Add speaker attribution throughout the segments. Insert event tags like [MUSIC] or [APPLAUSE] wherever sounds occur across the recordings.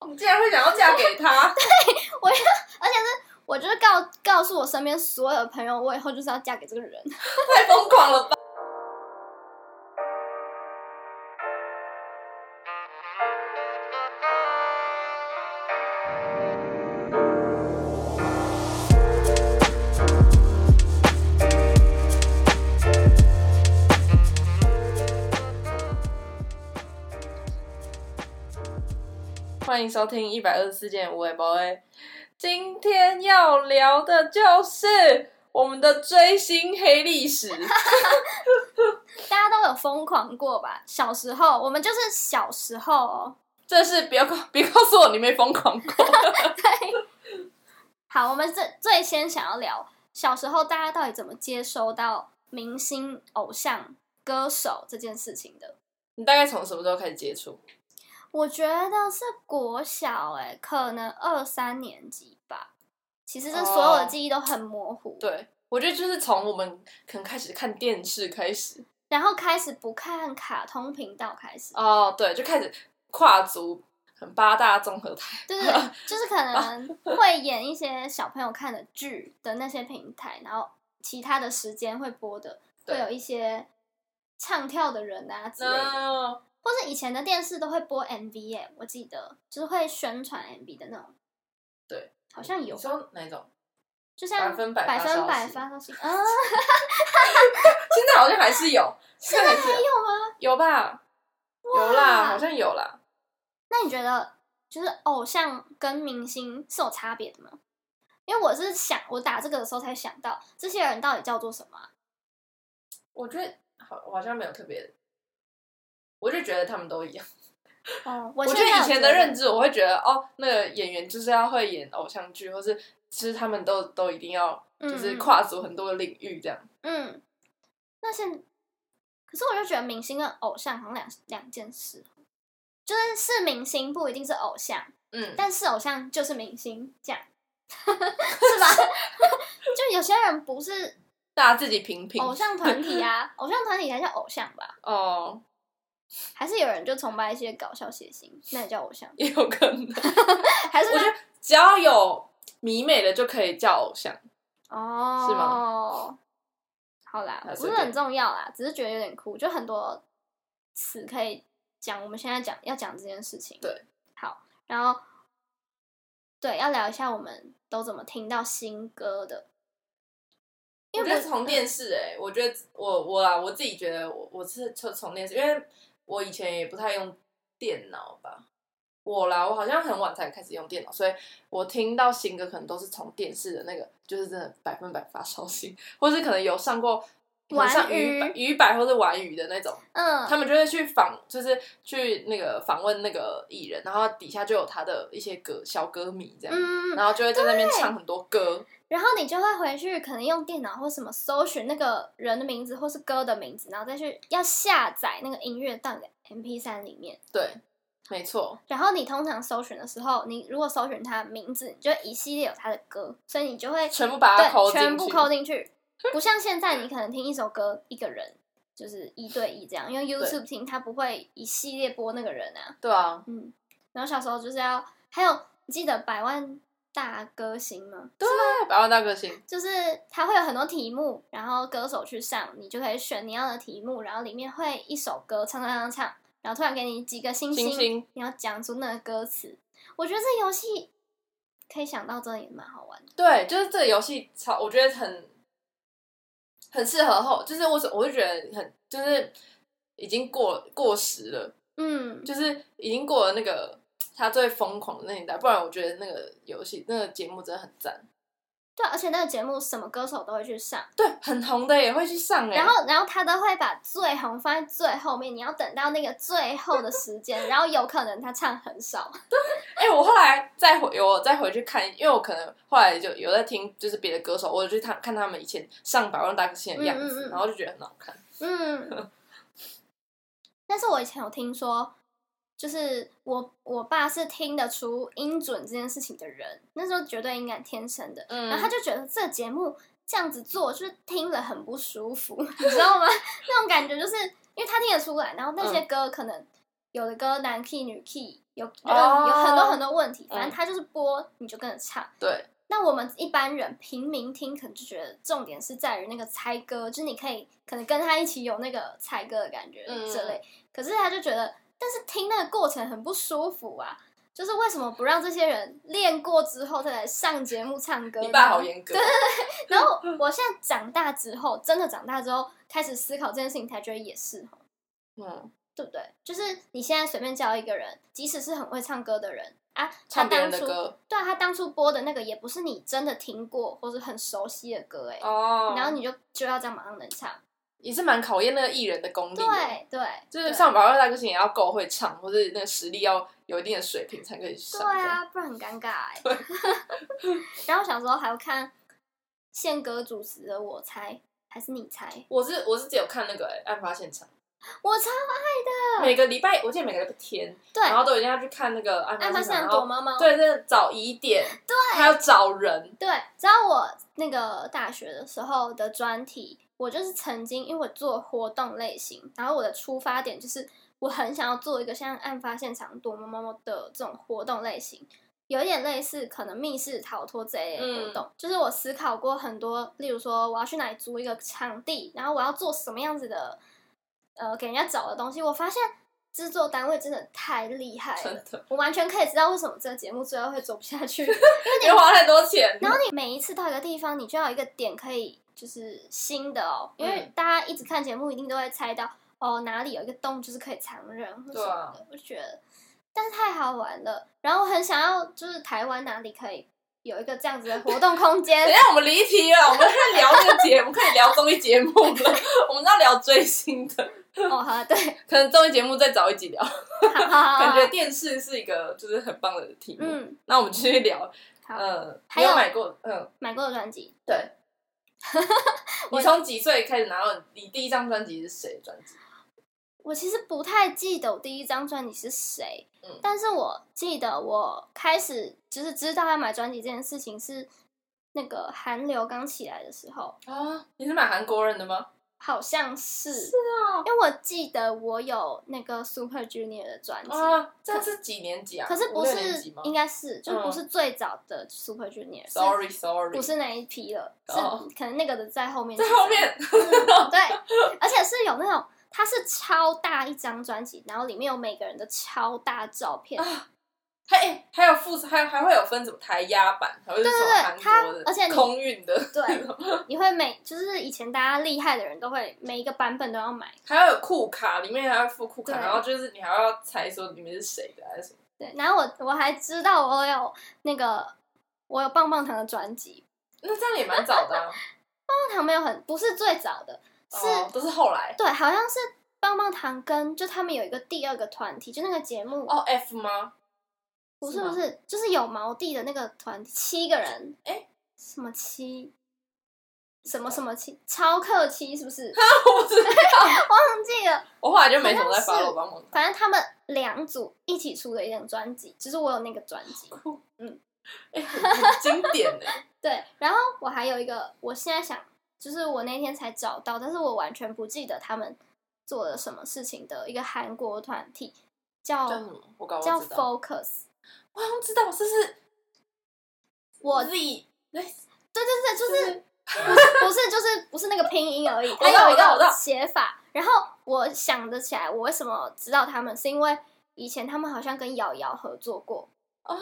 Speaker 1: 哦你竟然会想要嫁给他？
Speaker 2: 我就是告告诉我身边所有的朋友，我以后就是要嫁给这个人。 [LAUGHS]
Speaker 1: 太疯狂了吧！欢迎收听一百二十四件无为 boy。今天要聊的就是我们的追星黑历史。 [LAUGHS]
Speaker 2: 大家都有疯狂过吧？小时候，我们就是小时候哦。
Speaker 1: 这是不要告，别告诉我你没疯狂过。 [LAUGHS]
Speaker 2: 好，我们最最先想要聊小时候大家到底怎么接收到明星、偶像、歌手这件事情的。
Speaker 1: 你大概从什么时候开始接触？
Speaker 2: 我觉得是国小、欸，哎，可能二三年级吧。其实这所有的
Speaker 1: 哦
Speaker 2: 记忆都很模糊。
Speaker 1: 对，我觉得就是从我们可能开始看电视开始。
Speaker 2: 然后开始不看卡通频道开始，
Speaker 1: 哦，对，就开始跨足很八大综合台。 [LAUGHS]
Speaker 2: 就是就是可
Speaker 1: 啊
Speaker 2: 能会演一些小朋友看的剧的那些平台，然后其他的时间会播的，
Speaker 1: 对
Speaker 2: 会有一些唱跳的人啊之类的，
Speaker 1: 那
Speaker 2: 或是以前的电视都会播 MV 耶、我记得就是会宣传 MV 的那种，
Speaker 1: 对，
Speaker 2: 好像有
Speaker 1: 你，说哪一种？
Speaker 2: 就像
Speaker 1: 百分百
Speaker 2: 百
Speaker 1: 发
Speaker 2: 分
Speaker 1: 烧
Speaker 2: 百
Speaker 1: 系
Speaker 2: 发烧系，啊，
Speaker 1: 现在好像还是有，现在还是有
Speaker 2: 有吗？
Speaker 1: 有吧？有啦，好像有啦。
Speaker 2: 那你觉得就是偶像跟明星是有差别的吗？因为我是想，我打这个的时候才想到，这些人到底叫做什么啊、
Speaker 1: 我觉得好，我好像没有特别的，我就觉得他们都一样。
Speaker 2: 哦，
Speaker 1: 我
Speaker 2: 我现
Speaker 1: 觉
Speaker 2: 在
Speaker 1: 得以
Speaker 2: 有
Speaker 1: 前的认
Speaker 2: 得
Speaker 1: 知，我会觉得哦，那个演员就是要会演偶像剧，或是其实他们都都一定要就是
Speaker 2: 嗯嗯
Speaker 1: 跨足很多个领域这样。
Speaker 2: 嗯，那现，可是我就觉得明星跟偶像好像两两件事，就是是明星不一定是偶像，
Speaker 1: 嗯，
Speaker 2: 但是偶像就是明星，
Speaker 1: [LAUGHS]
Speaker 2: 这样是吧？ [LAUGHS] 就有些人不是
Speaker 1: [LAUGHS] 大家自己评评
Speaker 2: 偶像团
Speaker 1: [LAUGHS]
Speaker 2: 体啊，偶像团体才叫偶像吧？
Speaker 1: 哦， [LAUGHS]
Speaker 2: 还是有人就崇拜一些搞笑谐星，那也叫偶像？
Speaker 1: 也有可能。
Speaker 2: 还是
Speaker 1: 我觉得只要有迷妹的就可以叫偶像。
Speaker 2: 哦，
Speaker 1: 是
Speaker 2: 吗？好啦，
Speaker 1: 那
Speaker 2: 不
Speaker 1: 随
Speaker 2: 是
Speaker 1: 便
Speaker 2: 很重要啦，只是觉得有点酷，就很多词可以讲。我们现在讲要讲这件事情，
Speaker 1: 对，
Speaker 2: 好，然后对要聊一下我们都怎么听到新歌的，因
Speaker 1: 我
Speaker 2: 为
Speaker 1: 觉得
Speaker 2: 我
Speaker 1: 从电视哎、我觉得我我啊，我自己觉得我我是从从电视，因为我以前也不太用电脑吧。我啦，我好像很晚才开始用电脑，所以我听到新歌可能都是从电视的那个，就是真的百分百发烧心，或是可能有上过可能上
Speaker 2: 玩娱
Speaker 1: 娱百娱百或者玩娱的那种，
Speaker 2: 嗯
Speaker 1: 他们就会去访，就是去那个访问那个艺人，然后底下就有他的一些歌小歌迷这样，
Speaker 2: 嗯，
Speaker 1: 然后就会在那边唱很多歌，
Speaker 2: 然后你就会回去可能用电脑或什么搜寻那个人的名字或是歌的名字，然后再去要下载那个音乐到你的 M P 三里面。
Speaker 1: 对，没错，
Speaker 2: 然后你通常搜寻的时候，你如果搜寻他的名字，你就会一系列有他的歌，所以你就会
Speaker 1: 全部把它抠进
Speaker 2: 对
Speaker 1: 去，
Speaker 2: 全部抠
Speaker 1: [LAUGHS]
Speaker 2: 进去。不像现在，你可能听一首歌一个人就是一对一这样，因为 YouTube 听它不会一系列播那个人啊。
Speaker 1: 对啊，
Speaker 2: 嗯，然后小时候就是要，还有你记得百万大歌星吗？
Speaker 1: 对，百万大歌星，
Speaker 2: 就是它会有很多题目，然后歌手去上，你就可以选你要的题目，然后里面会一首歌唱唱唱唱，然后突然给你几个星
Speaker 1: 星星，
Speaker 2: 你要讲出那个歌词。我觉得这游戏可以想到，真的也蛮好玩的。
Speaker 1: 对，就是这个游戏超，我觉得很很适合后，就是我我就觉得很就是已经过过时了，
Speaker 2: 嗯，
Speaker 1: 就是已经过了那个他最疯狂的那年代，不然我觉得那个游戏那个节目真的很赞。
Speaker 2: 对，啊而且那个节目什么歌手都会去上，
Speaker 1: 对，很红的也会去上哎、
Speaker 2: 然后然后他都会把最红放在最后面，你要等到那个最后的时间，然后有可能他唱很少。
Speaker 1: 哎、我后来再回我再回去看，因为我可能后来就有在听，就是别的歌手，我就去看看他们以前上百万大歌星的样子，
Speaker 2: 嗯嗯嗯
Speaker 1: 然后就觉得很好看。
Speaker 2: 嗯，但是我以前有听说，就是我我爸是听得出音准这件事情的人，那时候绝对音感天生的，
Speaker 1: 嗯
Speaker 2: 然后他就觉得这节目这样子做，就是听了很不舒服，
Speaker 1: [LAUGHS]
Speaker 2: 你知道吗？ [LAUGHS]
Speaker 1: 嗯
Speaker 2: 那种感觉就是因为他听得出来，然后那些歌可能有的歌男 key 女 key，有那个有很多
Speaker 1: 哦
Speaker 2: 很多问题，反正
Speaker 1: 嗯
Speaker 2: 他就是播你就跟着唱。
Speaker 1: 对，
Speaker 2: 那我们一般人平民听，可能就觉得重点是在于那个猜歌，就是你可以可能跟他一起有那个猜歌的感觉
Speaker 1: 嗯
Speaker 2: 这类。可是他就觉得，但是听那个过程很不舒服啊。就是为什么不让这些人练过之后再来上节目唱歌呢？
Speaker 1: 你爸好严格，哦
Speaker 2: 然后我现在长大之后，真的长大之后开始思考这件事情，才觉得也是哦
Speaker 1: 嗯，
Speaker 2: 对不对？就是你现在随便叫一个人，即使是很会唱歌的人啊，他
Speaker 1: 唱别
Speaker 2: 当
Speaker 1: 人的
Speaker 2: 初
Speaker 1: 歌
Speaker 2: 对啊，他当初播的那个也不是你真的听过或是很熟悉的歌哎、
Speaker 1: 哦，
Speaker 2: 然后你就就要这样马上能唱，
Speaker 1: 也是蛮考验那个艺人的功力的，
Speaker 2: 对对，
Speaker 1: 就是
Speaker 2: 对
Speaker 1: 上百万大歌星也要够会唱，或者那个实力要有一定的水平才可以上。
Speaker 2: 对啊，不然很尴尬哎、 [LAUGHS] 然后小时候还有看宪哥主持的《我猜》还是你猜，
Speaker 1: 我是我是只有看那个、欸案发现场，
Speaker 2: 我猜嗯
Speaker 1: 每个礼拜我记得每个礼拜天，
Speaker 2: 对，
Speaker 1: 然后都一定要去看那个案
Speaker 2: 案发
Speaker 1: 发
Speaker 2: 现
Speaker 1: 场，
Speaker 2: 场
Speaker 1: 然
Speaker 2: 躲哦
Speaker 1: 后
Speaker 2: 猫猫，
Speaker 1: 对，真的找疑点，对，还要找人，
Speaker 2: 对，知道我那个大学的时候的专题，我就是曾经因为我做活动类型，然后我的出发点就是我很想要做一个像案发现场躲猫猫的这种活动类型，有一点类似可能密室逃脱这类的
Speaker 1: 嗯
Speaker 2: 活动。就是我思考过很多，例如说我要去哪里租一个场地，然后我要做什么样子的，呃，给人家找的东西。我发现制作单位真的太厉害
Speaker 1: 真
Speaker 2: 了，
Speaker 1: 的，
Speaker 2: 我完全可以知道为什么这个节目最后会做不
Speaker 1: [LAUGHS]
Speaker 2: 下去。
Speaker 1: 因为花太多钱，
Speaker 2: 然后你每一次到一个地方，你就要有一个点可以就是新的哦，因
Speaker 1: 嗯
Speaker 2: 为大家一直看节目，一定都会猜到哦哪里有一个洞就是可以藏人或什
Speaker 1: 对
Speaker 2: 么
Speaker 1: 啊
Speaker 2: 的，我就觉得，但是太好玩了。然后我很想要就是台湾哪里可以有一个这样子的活动空
Speaker 1: [LAUGHS]
Speaker 2: 间
Speaker 1: 等一，下，我们离题了，我们在聊那个节目，可 [LAUGHS] 以聊综艺节目了。我们要聊追星的，
Speaker 2: 哦，好，对，
Speaker 1: 可能综艺节目再找一集聊。
Speaker 2: 好好好，
Speaker 1: [LAUGHS] 感觉
Speaker 2: 好
Speaker 1: 电视是一个就是很棒的题目。
Speaker 2: 啊嗯，
Speaker 1: 那我们继续聊，
Speaker 2: 好，
Speaker 1: 嗯，
Speaker 2: 还
Speaker 1: 你
Speaker 2: 有
Speaker 1: 有买过，嗯，
Speaker 2: 买过的专辑，
Speaker 1: 对。 [LAUGHS] 你从几岁开始拿到你第一张专辑是谁的专辑？
Speaker 2: 我其实不太记得我第一张专辑是谁，
Speaker 1: 嗯
Speaker 2: 但是我记得我开始就是知道要买专辑这件事情是那个韩流刚起来的时候，
Speaker 1: 啊，你是买韩国人的吗？
Speaker 2: 好像是，
Speaker 1: 啊，
Speaker 2: 因为我记得我有那个 Super Junior 的专辑，
Speaker 1: 啊，这是几年级啊？
Speaker 2: 可是
Speaker 1: 五
Speaker 2: 不
Speaker 1: 六年
Speaker 2: 是
Speaker 1: 级吗
Speaker 2: 应该是就不
Speaker 1: 嗯
Speaker 2: 是最早的 Super Junior，、是
Speaker 1: ？Sorry Sorry，
Speaker 2: 不是那一批了，是
Speaker 1: 哦
Speaker 2: 可能那个的在后面，
Speaker 1: 在后面，
Speaker 2: 嗯对，而且是有那种，它是超大一张专辑，然后里面有每个人的超大照片，
Speaker 1: 啊还哎还有附还还会有分什么台压版，还会是什么
Speaker 2: 对
Speaker 1: 韩
Speaker 2: 它
Speaker 1: 国的，
Speaker 2: 而且你
Speaker 1: 空运的，
Speaker 2: 对，你会每就是以前大家厉害的人都会每一个版本都要买，
Speaker 1: 还要有酷卡，里面还要附酷卡，
Speaker 2: 对
Speaker 1: 然后就是你还要猜说里面是谁的还是什么。
Speaker 2: 对，然后我我还知道我有那个我有棒棒糖的专辑，
Speaker 1: 那这样也蛮早的、啊，
Speaker 2: 棒棒糖没有很不是最早的，是、
Speaker 1: 哦都是后来
Speaker 2: 对，好像是棒棒糖跟就他们有一个第二个团体，就那个节目，
Speaker 1: 哦 F 吗？ [LAUGHS]
Speaker 2: 不
Speaker 1: 是
Speaker 2: 是不
Speaker 1: 吗
Speaker 2: 是，就是有毛地的那个团体，七个人，
Speaker 1: 诶
Speaker 2: 什么七，什么什么七，超客七是
Speaker 1: [LAUGHS]
Speaker 2: 不是？
Speaker 1: 我不知道，
Speaker 2: 忘记了，
Speaker 1: 我后来就没怎么再
Speaker 2: 好像
Speaker 1: 发
Speaker 2: 是
Speaker 1: 我帮忙。
Speaker 2: 反正他们两组一起出的一张专辑，就是我有那个专辑，
Speaker 1: 哎、很经典呢、
Speaker 2: 对，然后我还有一个，我现在想，就是我那天才找到，但是我完全不记得他们做了什么事情的一个韩国团体，叫
Speaker 1: 叫什么？我搞
Speaker 2: 哦叫
Speaker 1: 忘知道，
Speaker 2: Focus，
Speaker 1: 我好像知道，是不是
Speaker 2: 我
Speaker 1: Z？对，
Speaker 2: 对对对，就是
Speaker 1: 是
Speaker 2: 不是，就是不是那个拼音而已，它
Speaker 1: 知道
Speaker 2: 有一
Speaker 1: 我知道我知
Speaker 2: 个
Speaker 1: 道
Speaker 2: 写法。然后我想得起来，我为什么知道他们，是因为以前他们好像跟瑶瑶合作过，
Speaker 1: 哦，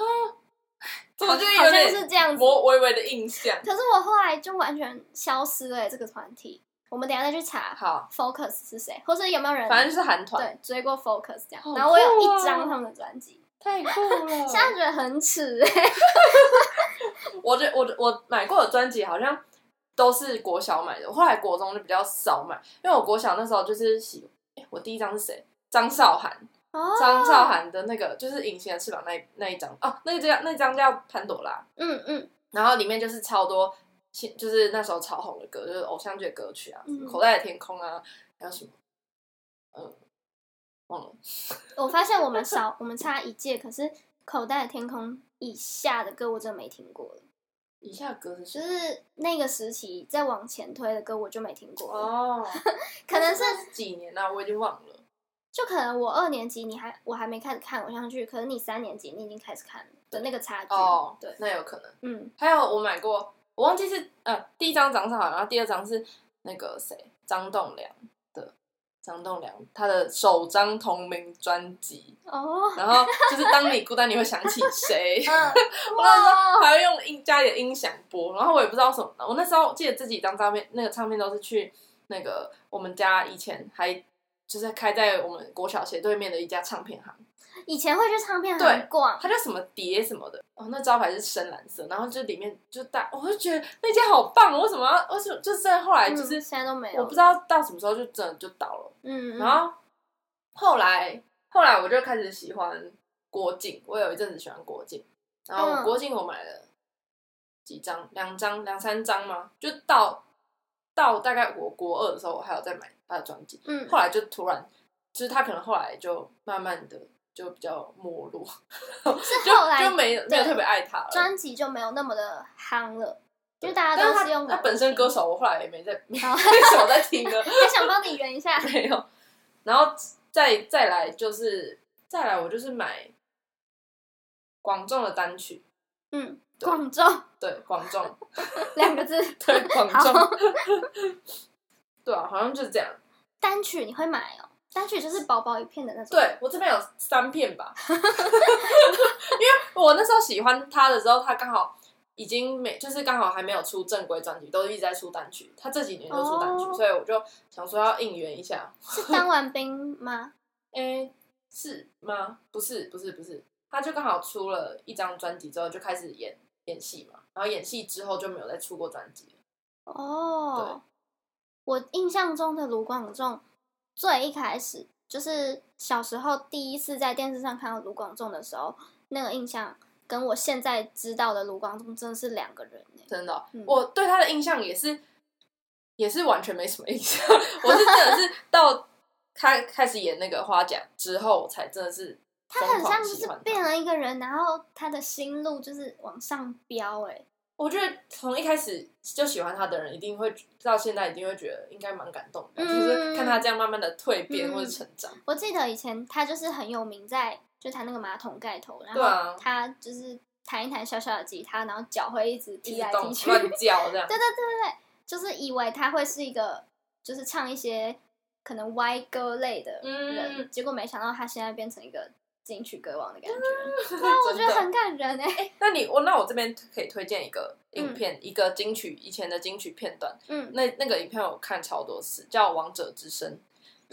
Speaker 1: 怎
Speaker 2: 好
Speaker 1: 么就
Speaker 2: 好
Speaker 1: 有
Speaker 2: 像
Speaker 1: 点
Speaker 2: 是这样子。
Speaker 1: 模微微的印象？
Speaker 2: 可是我后来就完全消失了耶这个团体。我们等一下再去查
Speaker 1: 好，
Speaker 2: Focus 是谁，或者有没有人
Speaker 1: 反正就是韩团，
Speaker 2: 嗯对追过 Focus 这样。
Speaker 1: 好
Speaker 2: 然后我有
Speaker 1: 酷
Speaker 2: 一
Speaker 1: 哦
Speaker 2: 张他们的
Speaker 1: [LAUGHS]
Speaker 2: 专辑，
Speaker 1: 太酷了
Speaker 2: [LAUGHS] 现在觉得很耻哎。
Speaker 1: 我这我我买过的专辑好像都是国小买的，我后来国中就比较少买，因为我国小那时候就是喜，哎、我第一张是谁？张韶涵，
Speaker 2: 哦，
Speaker 1: 张韶涵的那个就是《隐形的翅膀那》那一张哦，那个叫那张叫《潘朵拉
Speaker 2: 嗯嗯》，
Speaker 1: 然后里面就是超多新，就是那时候超红的歌，就是偶像剧的歌曲啊，
Speaker 2: 嗯
Speaker 1: 口袋的天空》啊，还有什么，嗯，忘了。
Speaker 2: 我发现我们少， [LAUGHS] 我们差一届，可是口袋的天空以下的歌我真的没听过了。
Speaker 1: 以下歌是谁？
Speaker 2: 就是那个时期再往前推的歌，我就没听过了。
Speaker 1: 哦，
Speaker 2: [LAUGHS] 可能是
Speaker 1: 那是几年啊，我已经忘了。
Speaker 2: 就可能我二年级你还我还没开始看偶像剧，可是你三年级你已经开始看了的那个差距。
Speaker 1: 哦，
Speaker 2: 对，
Speaker 1: 那有可能。
Speaker 2: 嗯，
Speaker 1: 还有我买过，我忘记是呃第一张长草，然后第二张是那个谁张栋梁的张栋梁他的首张同名专辑，
Speaker 2: 哦，
Speaker 1: 然后就是当你孤单，你会想起谁？
Speaker 2: [LAUGHS] 嗯，
Speaker 1: 我那时候
Speaker 2: 哇，
Speaker 1: 还要用音家里的音响播，然后我也不知道什么。我那时候记得这几张照片，那个唱片都是去那个我们家以前还就是开在我们国小斜对面的一家唱片行，
Speaker 2: 以前会去唱片
Speaker 1: 对
Speaker 2: 行逛，
Speaker 1: 它叫什么碟什么的，哦，那招牌是深蓝色，然后就里面就大，我就觉得那家好棒，我为什么要？为什么就是后来就
Speaker 2: 嗯
Speaker 1: 是、
Speaker 2: 现在都没有，
Speaker 1: 我不知，道到什么时候就真的就倒了，
Speaker 2: 嗯，嗯
Speaker 1: 然后后来后来我就开始喜欢郭靖，我有一阵子喜欢郭靖，然后
Speaker 2: 嗯
Speaker 1: 郭靖我买了几张，两张两三张嘛，就到到大概我国二的时候，我还有在买他的专辑，
Speaker 2: 嗯，
Speaker 1: 后来就突然就是他可能后来就慢慢的就比较没落，
Speaker 2: 是后来
Speaker 1: 就就没有没有
Speaker 2: 对
Speaker 1: 特别爱他了。
Speaker 2: 专辑就没有那么的夯了，因为大家
Speaker 1: 但
Speaker 2: 都
Speaker 1: 是
Speaker 2: 是用
Speaker 1: 他他本身歌
Speaker 2: 歌
Speaker 1: 手，我后来也没在 [LAUGHS] 没
Speaker 2: 哦
Speaker 1: 什么在听了，
Speaker 2: [LAUGHS] 还想帮你圆一下，
Speaker 1: [LAUGHS] 没有。然后再再来就是再来，我就是买广众的单曲，
Speaker 2: 嗯，
Speaker 1: 对 [LAUGHS]
Speaker 2: 广州
Speaker 1: 对广众，
Speaker 2: 两个字，
Speaker 1: 对广
Speaker 2: [LAUGHS] 好
Speaker 1: 众， [LAUGHS] 对啊，好像就是这样。
Speaker 2: 单曲你会买哦？单曲就是薄薄一片的那种，，
Speaker 1: 对我这边有三片吧， [LAUGHS] 因为我那时候喜欢他的时候，他刚好已经没，就是刚好还没有出正规专辑，都一直在出单曲。他这几年就出单曲，
Speaker 2: 哦
Speaker 1: 所以我就想说要应援一下。
Speaker 2: 是当完兵吗？
Speaker 1: 诶、是吗？不是，不是，不是，他就刚好出了一张专辑之后就开始演演戏嘛，然后演戏之后就没有再出过专辑了。
Speaker 2: 哦，我印象中的卢广仲最一开始就是小时候第一次在电视上看到卢广仲的时候，那个印象跟我现在知道的卢广仲真的是两个人耶
Speaker 1: 真的哦、
Speaker 2: 嗯
Speaker 1: 我对他的印象也是，也是完全没什么印象。 [LAUGHS] 我是真的是到开开始演那个花甲之后，我才真的是
Speaker 2: 他很
Speaker 1: 疯
Speaker 2: 像
Speaker 1: 狂
Speaker 2: 就
Speaker 1: 喜
Speaker 2: 是
Speaker 1: 欢
Speaker 2: 变
Speaker 1: 他。
Speaker 2: 了一个人，然后他的心路就是往上飙，哎，
Speaker 1: 我觉得从一开始就喜欢他的人，一定会到现在一定会觉得应该蛮感动的，
Speaker 2: 嗯
Speaker 1: 就是看他这样慢慢的蜕变
Speaker 2: 嗯
Speaker 1: 或者成长。
Speaker 2: 我记得以前他就是很有名在，就他那个马桶盖头，然
Speaker 1: 对啊
Speaker 2: 后他就是弹一弹小小的吉他，然后脚会一直
Speaker 1: 一
Speaker 2: 踢
Speaker 1: 直
Speaker 2: 来
Speaker 1: 动 [LAUGHS]
Speaker 2: 踢去， [LAUGHS]
Speaker 1: 乱叫这样，
Speaker 2: 就是以为他会是一个就是唱一些可能歪歌类的人，
Speaker 1: 嗯
Speaker 2: 结果没想到他现在变成一个金曲歌王的感觉，我
Speaker 1: 我
Speaker 2: 觉得很感人哎、
Speaker 1: 那你我那我这边可以推荐一个影
Speaker 2: 嗯
Speaker 1: 片，一个金曲以前的金曲片段，
Speaker 2: 嗯
Speaker 1: 那那个影片我看超多次，叫《王者之声》，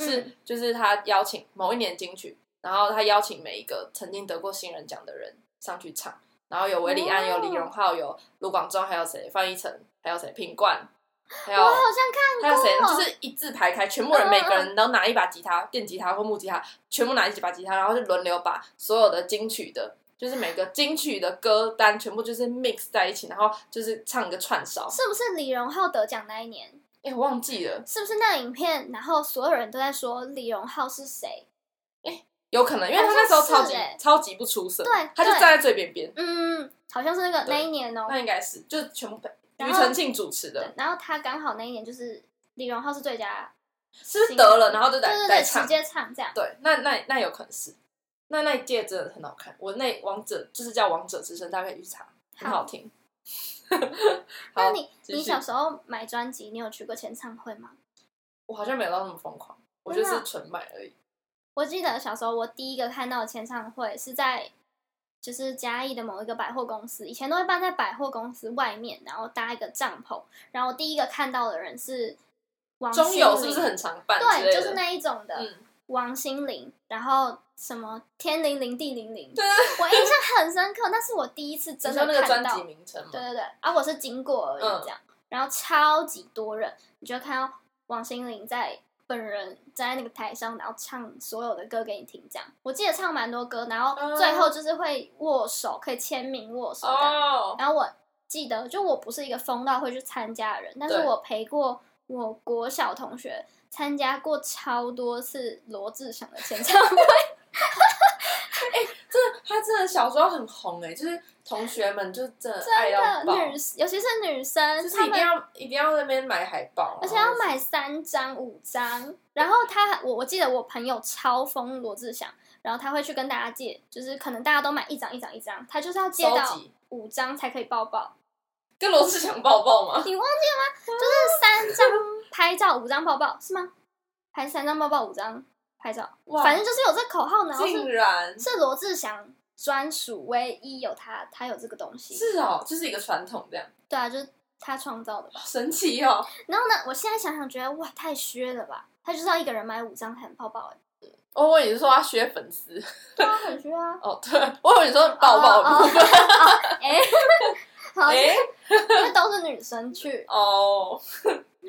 Speaker 1: 是、
Speaker 2: 嗯
Speaker 1: 就是他邀请某一年金曲，然后他邀请每一个曾经得过新人奖的人上去唱，然后有韦礼安、
Speaker 2: 哦
Speaker 1: 有李荣浩、有卢广仲，还有谁？范逸臣，还有谁？品冠，还有
Speaker 2: 我好像
Speaker 1: [LAUGHS] 还有谁呢？
Speaker 2: 过
Speaker 1: 就是一字排开，全部人
Speaker 2: 嗯嗯
Speaker 1: 每个人都拿一把吉他，电吉他或木吉他，全部拿一把吉他，然后就轮流把所有的金曲的，就是每个金曲的歌单全部就是 mix 在一起，然后就是唱一个串烧。
Speaker 2: 是不是李荣浩得奖那一年，
Speaker 1: 哎、我忘记了，
Speaker 2: 是不是那影片，然后所有人都在说李荣浩是谁？
Speaker 1: 有可能，因为他
Speaker 2: 好像
Speaker 1: 那时候超级、
Speaker 2: 是欸
Speaker 1: 超级不出色，
Speaker 2: 对
Speaker 1: 他就
Speaker 2: 对
Speaker 1: 站在最边边，
Speaker 2: 嗯，好像是那个
Speaker 1: 对
Speaker 2: 那一年哦、
Speaker 1: 那应该是就是全部
Speaker 2: 然
Speaker 1: 庾
Speaker 2: 后
Speaker 1: 澄庆主持
Speaker 2: 对
Speaker 1: 的，，
Speaker 2: 然后他刚好那一年就是李荣浩是最佳，
Speaker 1: 是不是得了，然后就
Speaker 2: 对
Speaker 1: 在
Speaker 2: 对
Speaker 1: 在
Speaker 2: 对，直
Speaker 1: 唱，
Speaker 2: 接唱这样。
Speaker 1: 对，那那那有可能是，那那一届真的很好看，我那王者就是叫王者之声，大家可以去查，很好
Speaker 2: [LAUGHS]
Speaker 1: 听。
Speaker 2: 那
Speaker 1: 好，
Speaker 2: 你
Speaker 1: 继续
Speaker 2: 你小时候买专辑，你有去过签唱会吗？
Speaker 1: 我好像没有到那么疯狂，我就
Speaker 2: 真的
Speaker 1: 是
Speaker 2: 啊
Speaker 1: 纯买而已。
Speaker 2: 我记得小时候我第一个看到的签唱会是在就是嘉义的某一个百货公司，以前都会办在百货公司外面，然后搭一个帐篷，然后我第一个看到的人哦是王
Speaker 1: 中
Speaker 2: 心
Speaker 1: 友是不是
Speaker 2: 凌
Speaker 1: 很常办之类
Speaker 2: 对，
Speaker 1: 的？
Speaker 2: 就是那一种的。
Speaker 1: 嗯
Speaker 2: 王心凌，然后什么天灵灵地灵灵，我印象很深刻，那是我第一次真
Speaker 1: 啊你说
Speaker 2: 的
Speaker 1: 那个专
Speaker 2: 看到
Speaker 1: 辑。嗯名称
Speaker 2: 对
Speaker 1: 嘛，
Speaker 2: 对对，啊，我是经过而已这样，然后超级多人，你就看到王心凌在本人站在那个台上，然后唱所有的歌给你听，这样。我记得唱蛮多歌，然
Speaker 1: 嗯
Speaker 2: 后最后就是会握手，可以签名握手这样。
Speaker 1: 哦，
Speaker 2: 然后我记得，就我不是一个疯到会去参加的人，但是
Speaker 1: 对
Speaker 2: 我陪过我国小同学
Speaker 1: [LAUGHS]
Speaker 2: 参加过超多次罗志祥的签唱会，
Speaker 1: 这他真的小时候很红哎、就是同学们就真的爱到
Speaker 2: 真
Speaker 1: 哎爆，
Speaker 2: 的女，尤其是女生，
Speaker 1: 就是
Speaker 2: 她
Speaker 1: 一定
Speaker 2: 们
Speaker 1: 要哦一定要在那边买海报，
Speaker 2: 而且
Speaker 1: 然
Speaker 2: 要
Speaker 1: 后
Speaker 2: 买三张五张，然后他我我记得我朋友超疯罗志祥，然后他会去跟大家借，就是可能大家都买一张一张一张，他就是要借
Speaker 1: 收
Speaker 2: 到
Speaker 1: 集
Speaker 2: 五张才可以抱抱。
Speaker 1: 跟罗志祥抱抱吗？
Speaker 2: 你忘记了吗？就是三张拍照，五张抱抱是吗？还是三张抱抱，五张拍照？
Speaker 1: 哇，
Speaker 2: 反正就是有这口号，然后
Speaker 1: 竟
Speaker 2: 是
Speaker 1: 然
Speaker 2: 是罗志祥专属，唯一有他，他有这个东西。
Speaker 1: 是哦，就是一个传统这样，
Speaker 2: 对啊，就是他创造的吧。
Speaker 1: 好神奇哦。
Speaker 2: 然后呢，我现在想想觉得哇，太削了吧。他就是要一个人买五张喊抱抱、欸，
Speaker 1: 哦，我以为你说他削粉丝， [LAUGHS]
Speaker 2: 对啊，很削啊。哦
Speaker 1: 哦，对，我以为你说抱抱 [LAUGHS] 的部分，
Speaker 2: 哎，好，因
Speaker 1: 哎、 [LAUGHS]
Speaker 2: 为都是女生去，
Speaker 1: 哦，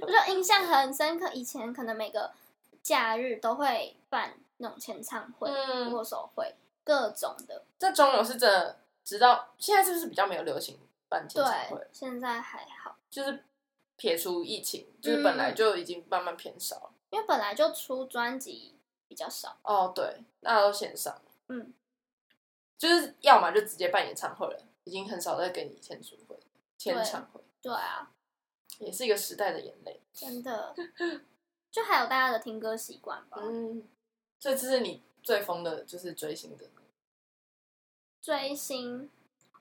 Speaker 2: 我就印象很深刻。以前可能每个假日都会办那种签唱会、
Speaker 1: 嗯
Speaker 2: 握手会，各种的。
Speaker 1: 这中游是真的，直到现在是不是比较没有流行办签
Speaker 2: 对
Speaker 1: 唱会？，
Speaker 2: 现在还好，
Speaker 1: 就是撇除疫情，就是本来就已经慢慢偏少了。
Speaker 2: 因为本来就出专辑比较少。
Speaker 1: 哦，对，大家都线上，
Speaker 2: 嗯，
Speaker 1: 就是要么就直接办演唱会了，已经很少再跟以前组会签唱会，
Speaker 2: 对啊，
Speaker 1: 也是一个时代的眼泪。[LAUGHS]
Speaker 2: 真的，就还有大家的听歌习惯吧。
Speaker 1: 嗯，所以这是你最疯的，就是追星的。
Speaker 2: 追星，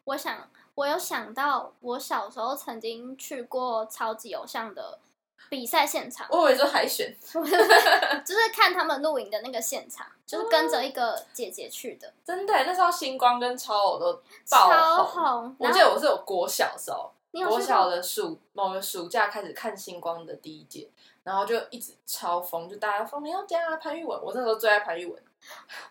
Speaker 2: 我想我有想到，我小时候曾经去过超级偶像的比赛现场。
Speaker 1: 我以为说海选，
Speaker 2: 就是看他们录影的那个现场，就是跟着一个姐姐去的，
Speaker 1: 真的那时候星光跟超偶都
Speaker 2: 超
Speaker 1: 爆红。
Speaker 2: 红。
Speaker 1: 我
Speaker 2: 然
Speaker 1: 记
Speaker 2: 后
Speaker 1: 得我是有国小的时候，
Speaker 2: 你有
Speaker 1: 国
Speaker 2: 去
Speaker 1: 小
Speaker 2: 过？
Speaker 1: 的暑某个暑假开始看星光的第一届，然后就一直超疯，就大家疯林宥嘉啊、潘玉文，我那时候最爱潘玉文，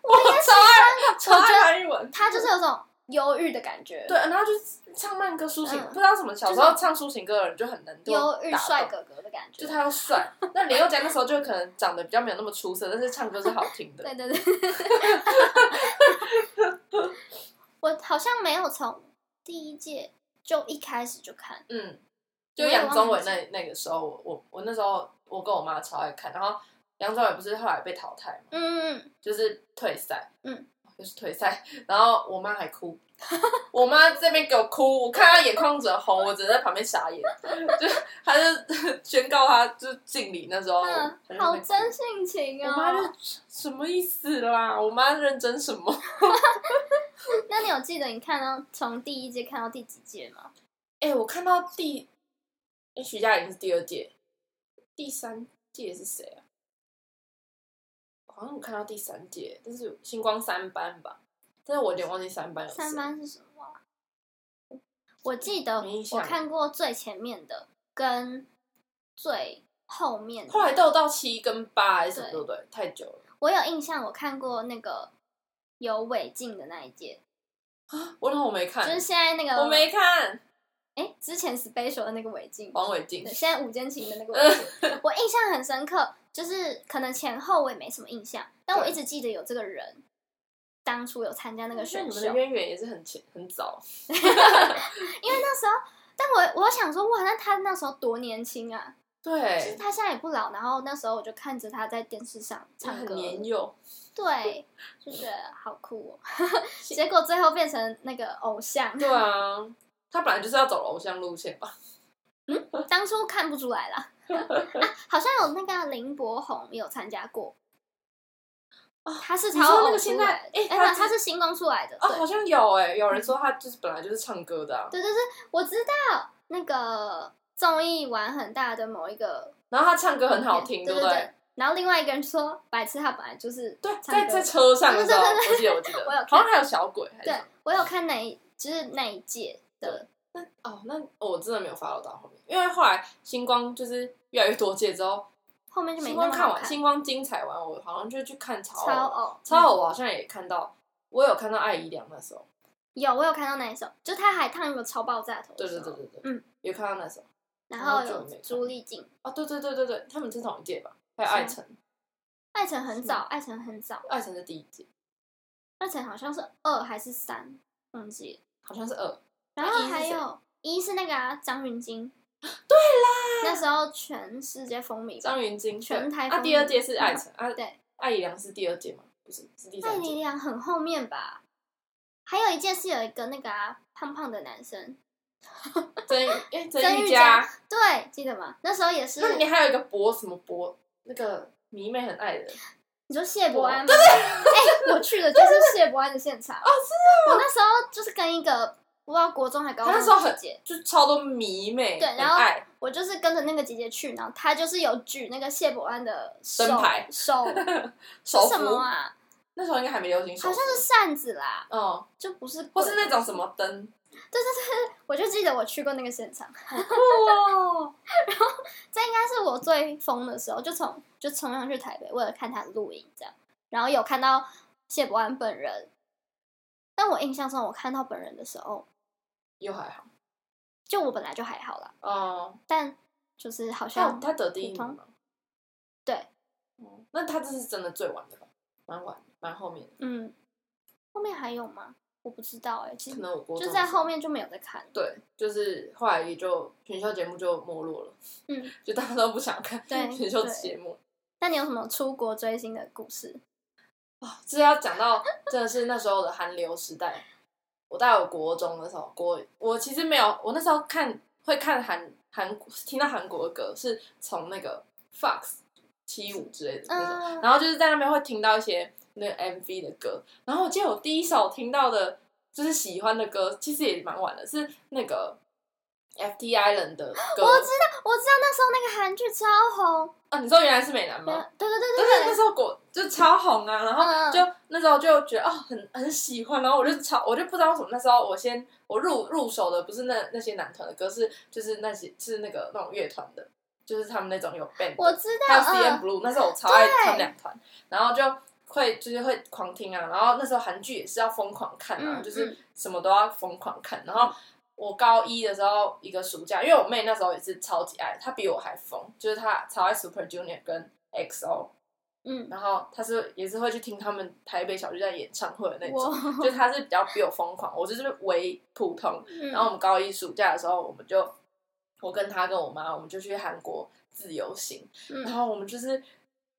Speaker 1: 我 [LAUGHS] 超爱超爱潘玉文，
Speaker 2: 他就是有种忧郁的感觉，
Speaker 1: 对，，然后就唱慢歌抒情，
Speaker 2: 嗯
Speaker 1: 不知道为什么小时候唱抒情歌的人就很能对我
Speaker 2: 忧郁
Speaker 1: 打动
Speaker 2: 帅。哥哥的感觉
Speaker 1: 就。他要帅，那林宥嘉那时候就可能长得比较没有那么出色，但是唱歌是好听的。
Speaker 2: 对对对， [LAUGHS] 我好像没有从第一届就一开始就看，
Speaker 1: 嗯，就杨宗纬那那个时候，我我我那时候我跟我妈超爱看，然后杨宗纬不是后来被淘汰嘛，
Speaker 2: 嗯，嗯
Speaker 1: 就是退赛，
Speaker 2: 嗯，
Speaker 1: [LAUGHS] 就是退赛。然后我妈还哭， [LAUGHS] 我妈这边给我哭，我看她眼眶整红，我只能在旁边傻眼， [LAUGHS] 就是她就宣告她就敬礼那时候，
Speaker 2: 嗯
Speaker 1: 我
Speaker 2: 嗯，
Speaker 1: 在那
Speaker 2: 好
Speaker 1: 边哭
Speaker 2: 真性情
Speaker 1: 我妈就
Speaker 2: 哦。
Speaker 1: 什么意思啦？我妈认真什么？
Speaker 2: 那你有记得你看到从第一届看到第几届吗？
Speaker 1: 哎、我看到第，哎、徐佳莹是第二届，第三届是谁啊？好像我看到第三届，但是星光三班吧，但是我有点忘记三班有谁。
Speaker 2: 三班是什么啊、我记得
Speaker 1: 没印象
Speaker 2: 我看过最前面的跟最后面的，
Speaker 1: 后来都有到七跟八还是什么，对
Speaker 2: 对
Speaker 1: 不对？太久了，
Speaker 2: 我有印象，我看过那个有韦静的那一届，
Speaker 1: 我那我没
Speaker 2: 就
Speaker 1: 看，
Speaker 2: 是现在那个
Speaker 1: 我没看
Speaker 2: 哎、之前 special 的那个韦静，
Speaker 1: 黄伟晋
Speaker 2: 对，。现在午间情的那个韦
Speaker 1: [LAUGHS]
Speaker 2: 静，我印象很深刻，就是可能前后我也没什么印象，但我
Speaker 1: 对
Speaker 2: 一直记得有这个人，当初有参加那
Speaker 1: 那
Speaker 2: 个选
Speaker 1: 你们
Speaker 2: 秀
Speaker 1: 的，渊源也是很浅很早，
Speaker 2: 因为那时候，但我我想说哇，那他那时候多年轻啊，就是
Speaker 1: 对，
Speaker 2: 他现在也不老，然后那时候我就看着他在电视上唱
Speaker 1: 很
Speaker 2: 歌，
Speaker 1: 年幼。
Speaker 2: 对，就觉得好酷哦。
Speaker 1: [LAUGHS]
Speaker 2: 结果最后变成那个偶像，
Speaker 1: 对啊，他本来就是要走偶像路线
Speaker 2: [LAUGHS]
Speaker 1: 吧？
Speaker 2: 当初看不出来
Speaker 1: [LAUGHS]
Speaker 2: 啦。啊，好像有那个林柏宏也有参加过，
Speaker 1: 哦
Speaker 2: 他是
Speaker 1: 你说
Speaker 2: 超
Speaker 1: 那
Speaker 2: 偶
Speaker 1: 个
Speaker 2: 出
Speaker 1: 现
Speaker 2: 来
Speaker 1: 在
Speaker 2: 的，哎，
Speaker 1: 哎
Speaker 2: 他
Speaker 1: 他
Speaker 2: 他是星光出来的，
Speaker 1: 哦，
Speaker 2: 对
Speaker 1: 好像有哎、有人说他就是本来就是唱歌的啊、
Speaker 2: 对对对，我知道那个综艺玩很大的某一个，
Speaker 1: 然后他唱歌很好听，
Speaker 2: 对
Speaker 1: 不
Speaker 2: 对？然后另外一个人说，白痴他本来就是
Speaker 1: 对，
Speaker 2: 唱
Speaker 1: 在
Speaker 2: 歌
Speaker 1: 在
Speaker 2: 的
Speaker 1: 车上的
Speaker 2: 对
Speaker 1: 时候，
Speaker 2: 对对
Speaker 1: 我记得我记得，
Speaker 2: [LAUGHS] 我有看
Speaker 1: 好像还有小鬼，还是
Speaker 2: 对我有看那一，就是那一届的，
Speaker 1: 那哦，那我真的没有 follow 到后面，因为后来星光就是越来越多届之后，
Speaker 2: 后面就没
Speaker 1: 星
Speaker 2: 那
Speaker 1: 光
Speaker 2: 么好
Speaker 1: 完，星光精彩完，我好像就去看超偶
Speaker 2: 超偶
Speaker 1: 超
Speaker 2: 嗯
Speaker 1: 偶我好像也看到，我有看到艾怡良那时候，
Speaker 2: 有我有看到那一首，就他还烫一个超爆炸头，
Speaker 1: 对对对，对对，
Speaker 2: 嗯，
Speaker 1: 有看到那时候，
Speaker 2: 然后
Speaker 1: 然后就
Speaker 2: 有
Speaker 1: 没看
Speaker 2: 朱丽静，
Speaker 1: 哦，对对对对对，他们是同一届吧？还有艾
Speaker 2: 是啊
Speaker 1: 辰，
Speaker 2: 艾辰很早，艾辰很早，
Speaker 1: 艾辰是第一届，
Speaker 2: 艾辰好像是二还是三，忘记了，
Speaker 1: 好像是二，
Speaker 2: 然后
Speaker 1: 一是
Speaker 2: 还
Speaker 1: 谁啊
Speaker 2: 有一是那个啊张云京，对啦，那时候全世界风靡吧，
Speaker 1: 张云京
Speaker 2: 全台
Speaker 1: 啊，
Speaker 2: 风
Speaker 1: 第二
Speaker 2: 靡
Speaker 1: 届是艾辰啊，
Speaker 2: 对，
Speaker 1: 艾怡良是第二届吗？不是，是第
Speaker 2: 艾
Speaker 1: 三届
Speaker 2: 怡。良很后面吧，还有一件是有一个那个啊胖胖的男生，
Speaker 1: 曾哎
Speaker 2: 曾
Speaker 1: 玉
Speaker 2: 玉
Speaker 1: 佳，
Speaker 2: 对，记得吗？那时候也是，
Speaker 1: 那你还有一个博什么博，那个迷妹很爱的，
Speaker 2: 你说谢伯安吗？哎、我去的就是谢伯安的
Speaker 1: [LAUGHS]
Speaker 2: 现场。哦，是我那时候就是跟一个不知道国中还高中
Speaker 1: 他那时候
Speaker 2: 的
Speaker 1: 很
Speaker 2: 姐姐，
Speaker 1: 就超多迷妹，
Speaker 2: 对
Speaker 1: 很
Speaker 2: 然后
Speaker 1: 爱
Speaker 2: 我就是跟着那个姐姐去，然后她就是有举那个谢伯安的手
Speaker 1: 灯牌 [LAUGHS]
Speaker 2: 手
Speaker 1: 手
Speaker 2: 是什么
Speaker 1: 幅，
Speaker 2: 啊？
Speaker 1: 那时候应该还没流行手
Speaker 2: 好
Speaker 1: 幅
Speaker 2: 像，是扇子啦，
Speaker 1: 嗯，
Speaker 2: 就不是
Speaker 1: 或
Speaker 2: 棍
Speaker 1: 是那种什么灯，
Speaker 2: 我就记得我去过那个现场，
Speaker 1: 哇，
Speaker 2: 哦这应该是我最疯的时候，就从就冲上去台北，为了看他录影这样，然后有看到谢伯安本人，但我印象中我看到本人的时候，
Speaker 1: 又还好，
Speaker 2: 就我本来就还好啦，
Speaker 1: 嗯，
Speaker 2: 但就是好
Speaker 1: 他
Speaker 2: 像
Speaker 1: 哦他得第一
Speaker 2: 普
Speaker 1: 名
Speaker 2: 通
Speaker 1: 吗？
Speaker 2: 对，
Speaker 1: 嗯，那他这是真的最晚的吧，蛮晚，蛮后面的，
Speaker 2: 嗯，后面还有吗？我不知道哎、其
Speaker 1: 可
Speaker 2: 实
Speaker 1: 能我国中
Speaker 2: 就
Speaker 1: 的
Speaker 2: 在
Speaker 1: 时候
Speaker 2: 后面就没有再看了，
Speaker 1: 对，就是后来也就选秀节目就没落了，
Speaker 2: 嗯，
Speaker 1: 就大家都不想看
Speaker 2: 对
Speaker 1: 选秀
Speaker 2: 对
Speaker 1: 节目。
Speaker 2: 那你有什么出国追星的故事？
Speaker 1: 啊，这要讲到真的是那时候的韩流时代。我大概我国中的时候，国我其实没有，我那时候看会看韩韩听到韩国的歌是从那个 Fox 七五之类的那种，
Speaker 2: 嗯、
Speaker 1: 然后就是在那边会听到一些那个 MV 的歌，然后我记得我第一首听到的就是喜欢的歌，其实也蛮晚的，是那个 FT Island 的歌。
Speaker 2: 我知道，我知道那时候那个韩剧超红，
Speaker 1: 啊，你说原来是美男吗？
Speaker 2: 对对对
Speaker 1: 但是
Speaker 2: 对
Speaker 1: 那
Speaker 2: 对，
Speaker 1: 时候果就超红啊，然后
Speaker 2: 嗯
Speaker 1: 就那时候就觉得哦，很很喜欢，然后我就超，我就不知道为什么那时候我先我入入手的不是那那些男团的歌，是就是那些是那个那种乐团的，就是他们那种有 band，的
Speaker 2: 我知
Speaker 1: 还有
Speaker 2: 道，
Speaker 1: CN
Speaker 2: 嗯，
Speaker 1: Blue，、那时候我超爱
Speaker 2: 对
Speaker 1: 他们两团，然后就会就是会狂听啊，然后那时候韩剧也是要疯狂看啊，
Speaker 2: 嗯
Speaker 1: 就是
Speaker 2: 嗯
Speaker 1: 什么都要疯狂看。然后我高一的时候一个暑假，因为我妹那时候也是超级爱，她比我还疯，就是她超爱 Super Junior 跟 XO，
Speaker 2: 嗯，
Speaker 1: 然后她是也是会去听他们台北小巨蛋演唱会的那种，
Speaker 2: 我，
Speaker 1: 就是她是比较比我疯狂，我就是为普通，
Speaker 2: 嗯
Speaker 1: 然后我们高一暑假的时候，我们就我跟他跟我妈，我们就去韩国自由行，
Speaker 2: 嗯
Speaker 1: 然后我们就是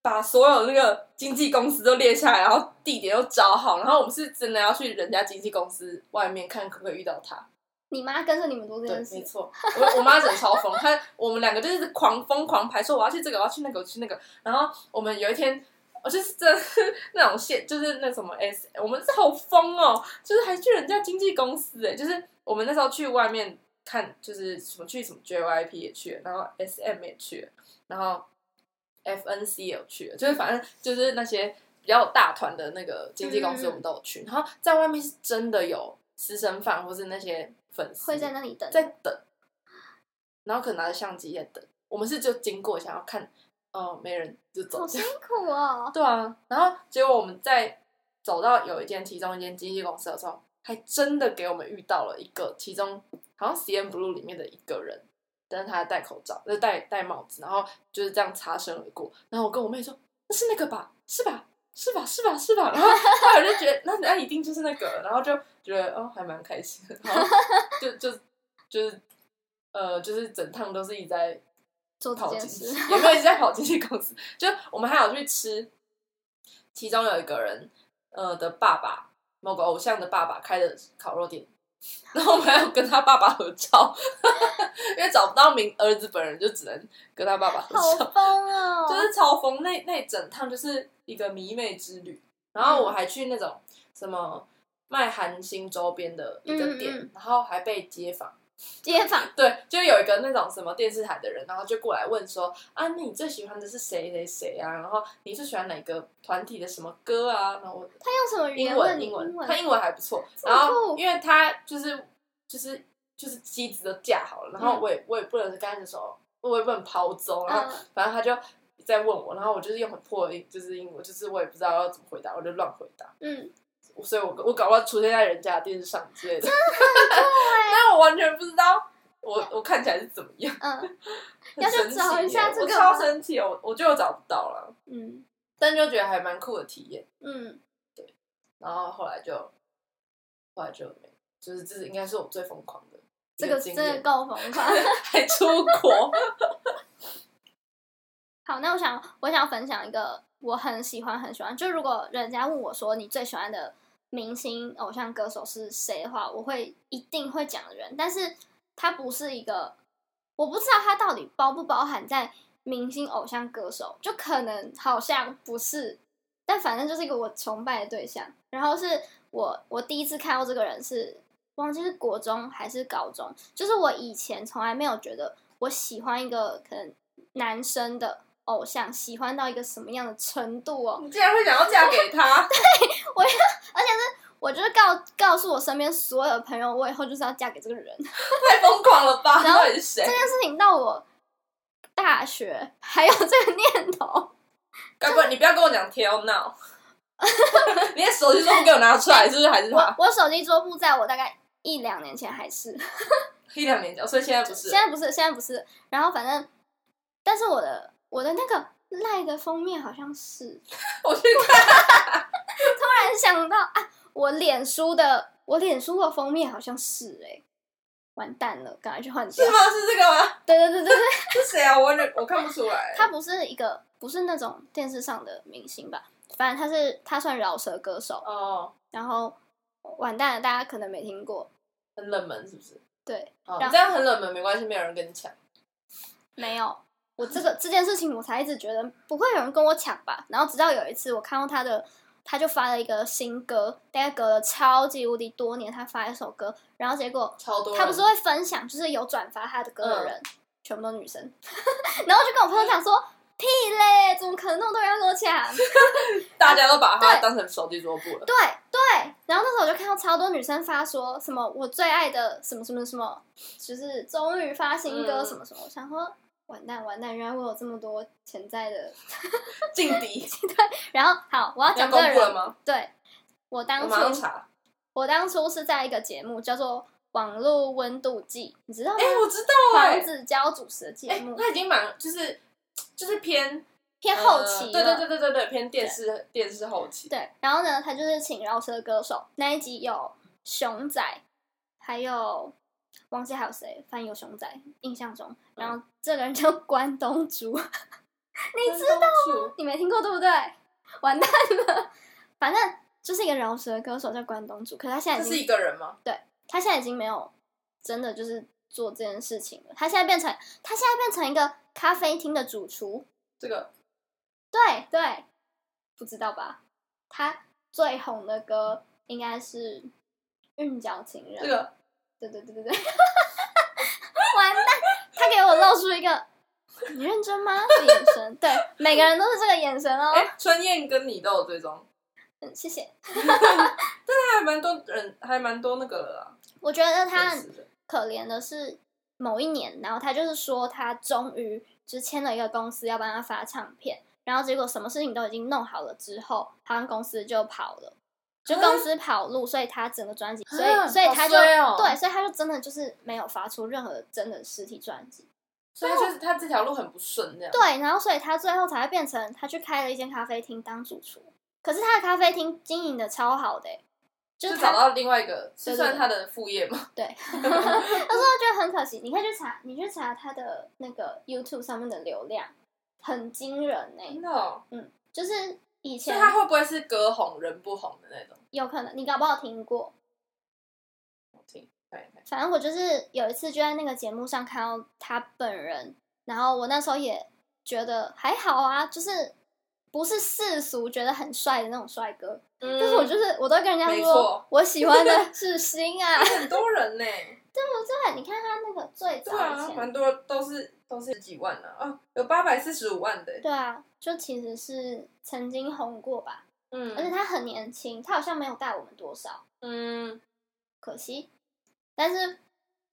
Speaker 1: 把所有那个经纪公司都列下来，然后地点都找好，然后我们是真的要去人家经纪公司外面看可不可以遇到他。
Speaker 2: 你妈跟着你们做这
Speaker 1: 对，
Speaker 2: 件
Speaker 1: 没
Speaker 2: 事， [LAUGHS]
Speaker 1: 错，我我妈整超疯，她我们两个就是狂疯狂排，说我要去这个，我要去那个，我去那个。然后我们有一天，我就是真的是那种线，就是那什么 S，我们是好疯哦，就是还去人家经纪公司哎，就是我们那时候去外面看，就是什么去什么 JYP 也去了，然后 SM 也去了，然后 FNC 也有去了，就是反正就是那些比较大团的那个经纪公司
Speaker 2: 嗯嗯嗯
Speaker 1: 我们都有去，然后在外面是真的有私生饭或是那些粉丝
Speaker 2: 会在那里等，
Speaker 1: 在等，然后可能拿着相机在等。我们是就经过想要看，哦，没人就走
Speaker 2: 好。辛苦哦，
Speaker 1: 对啊，然后结果我们在走到有一间其中一间经纪公司的时候，还真的给我们遇到了一个其中好像 CN Blue 里面的一个人，但是他戴口罩，就戴戴帽子，然后就是这样擦身而过。然后我跟我妹说：“那是那个吧？是吧？是吧？是吧？是吧？”然后后来我就觉得那那一定就是那个，然后就觉得哦还蛮开心的，然后就就就是呃就是整趟都是一直在
Speaker 2: 做这
Speaker 1: 跑
Speaker 2: 件
Speaker 1: 经纪，
Speaker 2: 事，
Speaker 1: [LAUGHS] 也没有一直在跑经纪公司。就我们还有去吃，其中有一个人呃的爸爸，某个偶像的爸爸开的烤肉店， [LAUGHS] 然后我们还有跟他爸爸合照， [LAUGHS] 因为找不到名儿子本人，就只能跟他爸爸合
Speaker 2: 好
Speaker 1: 照，
Speaker 2: 疯哦，
Speaker 1: 就是嘲讽那那整趟就是一个迷妹之旅。然后我还去那种什么卖韩星周边的一个店，
Speaker 2: 嗯嗯
Speaker 1: 然后还被街访。
Speaker 2: 街坊，
Speaker 1: 对，就有一个那种什么电视台的人，然后就过来问说啊，你最喜欢的是谁谁谁啊？然后你最喜欢哪个团体的什么歌啊？然后我
Speaker 2: 他用什么语
Speaker 1: 英
Speaker 2: 言问
Speaker 1: 文
Speaker 2: 你
Speaker 1: 英文
Speaker 2: 英，文
Speaker 1: 他英文还不错。
Speaker 2: 这么
Speaker 1: 然后
Speaker 2: 酷
Speaker 1: 因为他就是就是就是机子都架好了，然后
Speaker 2: 嗯
Speaker 1: 我也我也不能跟他讲说，我也不能跑走，然后
Speaker 2: 嗯
Speaker 1: 反正他就。在问我，然后我就是用很破的英，就是英文，就是我也不知道要怎么回答，我就乱回答。
Speaker 2: 嗯，
Speaker 1: 所以我我搞不好出现在人家的电视上之类的，欸 [LAUGHS] 但我完全不知道我我看起来是怎么样， [LAUGHS]
Speaker 2: 嗯
Speaker 1: 很
Speaker 2: 要去
Speaker 1: 神奇
Speaker 2: 找一下
Speaker 1: 耶
Speaker 2: 这
Speaker 1: 我
Speaker 2: 个
Speaker 1: 超
Speaker 2: 吗
Speaker 1: 神奇，我我就找不到了，
Speaker 2: 嗯
Speaker 1: [LAUGHS] 但就觉得还蛮酷的体验。
Speaker 2: 嗯，
Speaker 1: 然后后来就后来就没，就是这是应该是我最疯狂的一
Speaker 2: 这个
Speaker 1: 经
Speaker 2: 真
Speaker 1: 验 [LAUGHS]
Speaker 2: 的，够疯狂。
Speaker 1: 还出 [LAUGHS] 国，
Speaker 2: 好，那我想我想分享一个我很喜欢很喜欢，就如果人家问我说你最喜欢的明星、偶像歌手是谁的话，我会一定会讲的人，但是他不是一个，我不知道他到底包不包含在明星、偶像歌手，就可能好像不是，但反正就是一个我崇拜的对象。然后是我我第一次看到这个人是忘记是国中还是高中，就是我以前从来没有觉得我喜欢一个可能男生的偶像，喜欢到一个什么样的程度哦，
Speaker 1: 你竟然会想要嫁给 [LAUGHS] 他？
Speaker 2: 我就是告告诉我身边所有的朋友，我以后就是要嫁给这个人。这
Speaker 1: 太疯狂了吧！
Speaker 2: 然后
Speaker 1: 到底是谁？
Speaker 2: 件事情到我大学还有这个念头，
Speaker 1: 该不会你不要跟我讲 tell now？你的手机都不给我拿出来，是不是还是
Speaker 2: 我
Speaker 1: 他？
Speaker 2: 我手机桌布在我大概一两年前还是，
Speaker 1: 一两年前，所以现在不是
Speaker 2: 现。在不是，现在不是。然后反正，但是我的我的那个赖的封面好像是，
Speaker 1: 我去看，
Speaker 2: 突然想到啊，我脸书的我脸书的封面好像是哎、完蛋了，赶快去换掉
Speaker 1: 是。吗？是这个吗？
Speaker 2: 对对对对对。 [LAUGHS]
Speaker 1: 是谁啊？我完全我看不出来。
Speaker 2: 他不是一个不是那种电视上的明星吧？反正他是他算饶舌歌手，
Speaker 1: 哦，
Speaker 2: 然后完蛋了，大家可能没听过。
Speaker 1: 很冷门是不是？
Speaker 2: 对，啊
Speaker 1: 哦，
Speaker 2: 然后
Speaker 1: 这样很冷门没关系，没有人跟你抢。
Speaker 2: 没有我这个这件事情，我才一直觉得不会有人跟我抢吧。然后直到有一次，我看到他的，他就发了一个新歌，大概隔了超级无敌多年，他发一首歌，然后结果
Speaker 1: 超多人
Speaker 2: 他不是会分享，就是有转发他的歌的人，全部都女生， [LAUGHS] 然后就跟我朋友讲说。屁嘞！怎么可能那么多人要跟我抢？
Speaker 1: 大家都把它
Speaker 2: 对
Speaker 1: 当成手机桌布了。
Speaker 2: 对对，然后那时候我就看到超多女生发说什么我最爱的什么什么什么，就是终于发新歌
Speaker 1: 嗯
Speaker 2: 什么什么，我想说完蛋完蛋，原来我有这么多潜在的。
Speaker 1: 劲敌，
Speaker 2: 然后好，我要
Speaker 1: 要
Speaker 2: [LAUGHS] 讲这
Speaker 1: 公
Speaker 2: 个
Speaker 1: 布了
Speaker 2: 人，
Speaker 1: 吗？
Speaker 2: 对我
Speaker 1: 我
Speaker 2: 当
Speaker 1: 马上
Speaker 2: 初
Speaker 1: 查。
Speaker 2: 我当初是在一个节目叫做《网络温度计》，你知道吗
Speaker 1: 哎，？我知道
Speaker 2: 黄
Speaker 1: 哎，
Speaker 2: 子佼主持的节
Speaker 1: 哎
Speaker 2: 目，，
Speaker 1: 他已经蛮就是就是偏
Speaker 2: 偏后期了、
Speaker 1: 呃对对对对对对，偏电视电视后期。
Speaker 2: 对，然后呢，他就是请饶舌歌手那一集有熊仔，还有忘记还有谁，反正有熊仔，印象中。然后这个人叫关东煮，
Speaker 1: 你知道吗？
Speaker 2: 你没听过对不对？完蛋了，反正就是一个饶舌歌手叫关东煮，可他现
Speaker 1: 这
Speaker 2: 在已
Speaker 1: 是一
Speaker 2: 经
Speaker 1: 个人吗？
Speaker 2: 他现在已经没有真的就是做这件事情了，他现在变成他现在变成一个咖啡厅的主厨，
Speaker 1: 这个
Speaker 2: 对对，不知道吧？他最红的歌应该是《韵脚情人》。
Speaker 1: 这个
Speaker 2: 对对对对对， [LAUGHS] 完蛋！他给我露出一个“你认真吗”的眼神。对，每个人都是这个眼神哦。
Speaker 1: 哎，春燕跟你都有追踪，
Speaker 2: 嗯，谢谢。
Speaker 1: 那还蛮多人，还蛮多那个了啦。
Speaker 2: 我觉得他
Speaker 1: 粉丝的
Speaker 2: 可怜的是某一年，然后他就是说他终于就是签了一个公司要帮他发唱片，然后结果什么事情都已经弄好了之后，好像公司就跑了，就公司跑路，所以他整个专辑，所以所以他就、
Speaker 1: 啊好衰哦
Speaker 2: 对，所以他就真的就是没有发出任何真的实体专辑。
Speaker 1: 所以他就是他这条路很不顺，这样。
Speaker 2: 对，然后所以他最后才会变成他去开了一间咖啡厅当主厨，可是他的咖啡厅经营的超好的欸、就
Speaker 1: 就是找到
Speaker 2: 他，
Speaker 1: 另外一个，
Speaker 2: 对
Speaker 1: 是
Speaker 2: 对
Speaker 1: 算他的副业
Speaker 2: [LAUGHS]
Speaker 1: 嘛？
Speaker 2: 但是我觉得很可惜，你可以去查，你去查他的那个 YouTube 上面的流量，很惊人呢、
Speaker 1: 真的 [LAUGHS] 哦，
Speaker 2: 就是以
Speaker 1: 所以
Speaker 2: 前
Speaker 1: 他会不会是歌红人不红的那种？
Speaker 2: 有可能你搞不好听过，
Speaker 1: 我听，对，对
Speaker 2: 反正我就是有一次就在那个节目上看到他本人，然后我那时候也觉得还好啊，就是不是世俗觉得很帅的那种帅哥，
Speaker 1: 嗯
Speaker 2: 但是我就是我都跟人家
Speaker 1: 没
Speaker 2: 说
Speaker 1: 错，
Speaker 2: 我喜欢的是
Speaker 1: [LAUGHS]
Speaker 2: 星啊。
Speaker 1: 很多
Speaker 2: [LAUGHS]
Speaker 1: 人呢，
Speaker 2: 对，你看他那个最早
Speaker 1: 对啊
Speaker 2: 以，前，
Speaker 1: 蛮多都是都是几万啊，啊，有八百四十五万的，
Speaker 2: 对啊，就其实是曾经红过吧，而且
Speaker 1: 嗯
Speaker 2: 他很年轻，他好像没有大我们多少，
Speaker 1: 嗯，
Speaker 2: 可惜。但是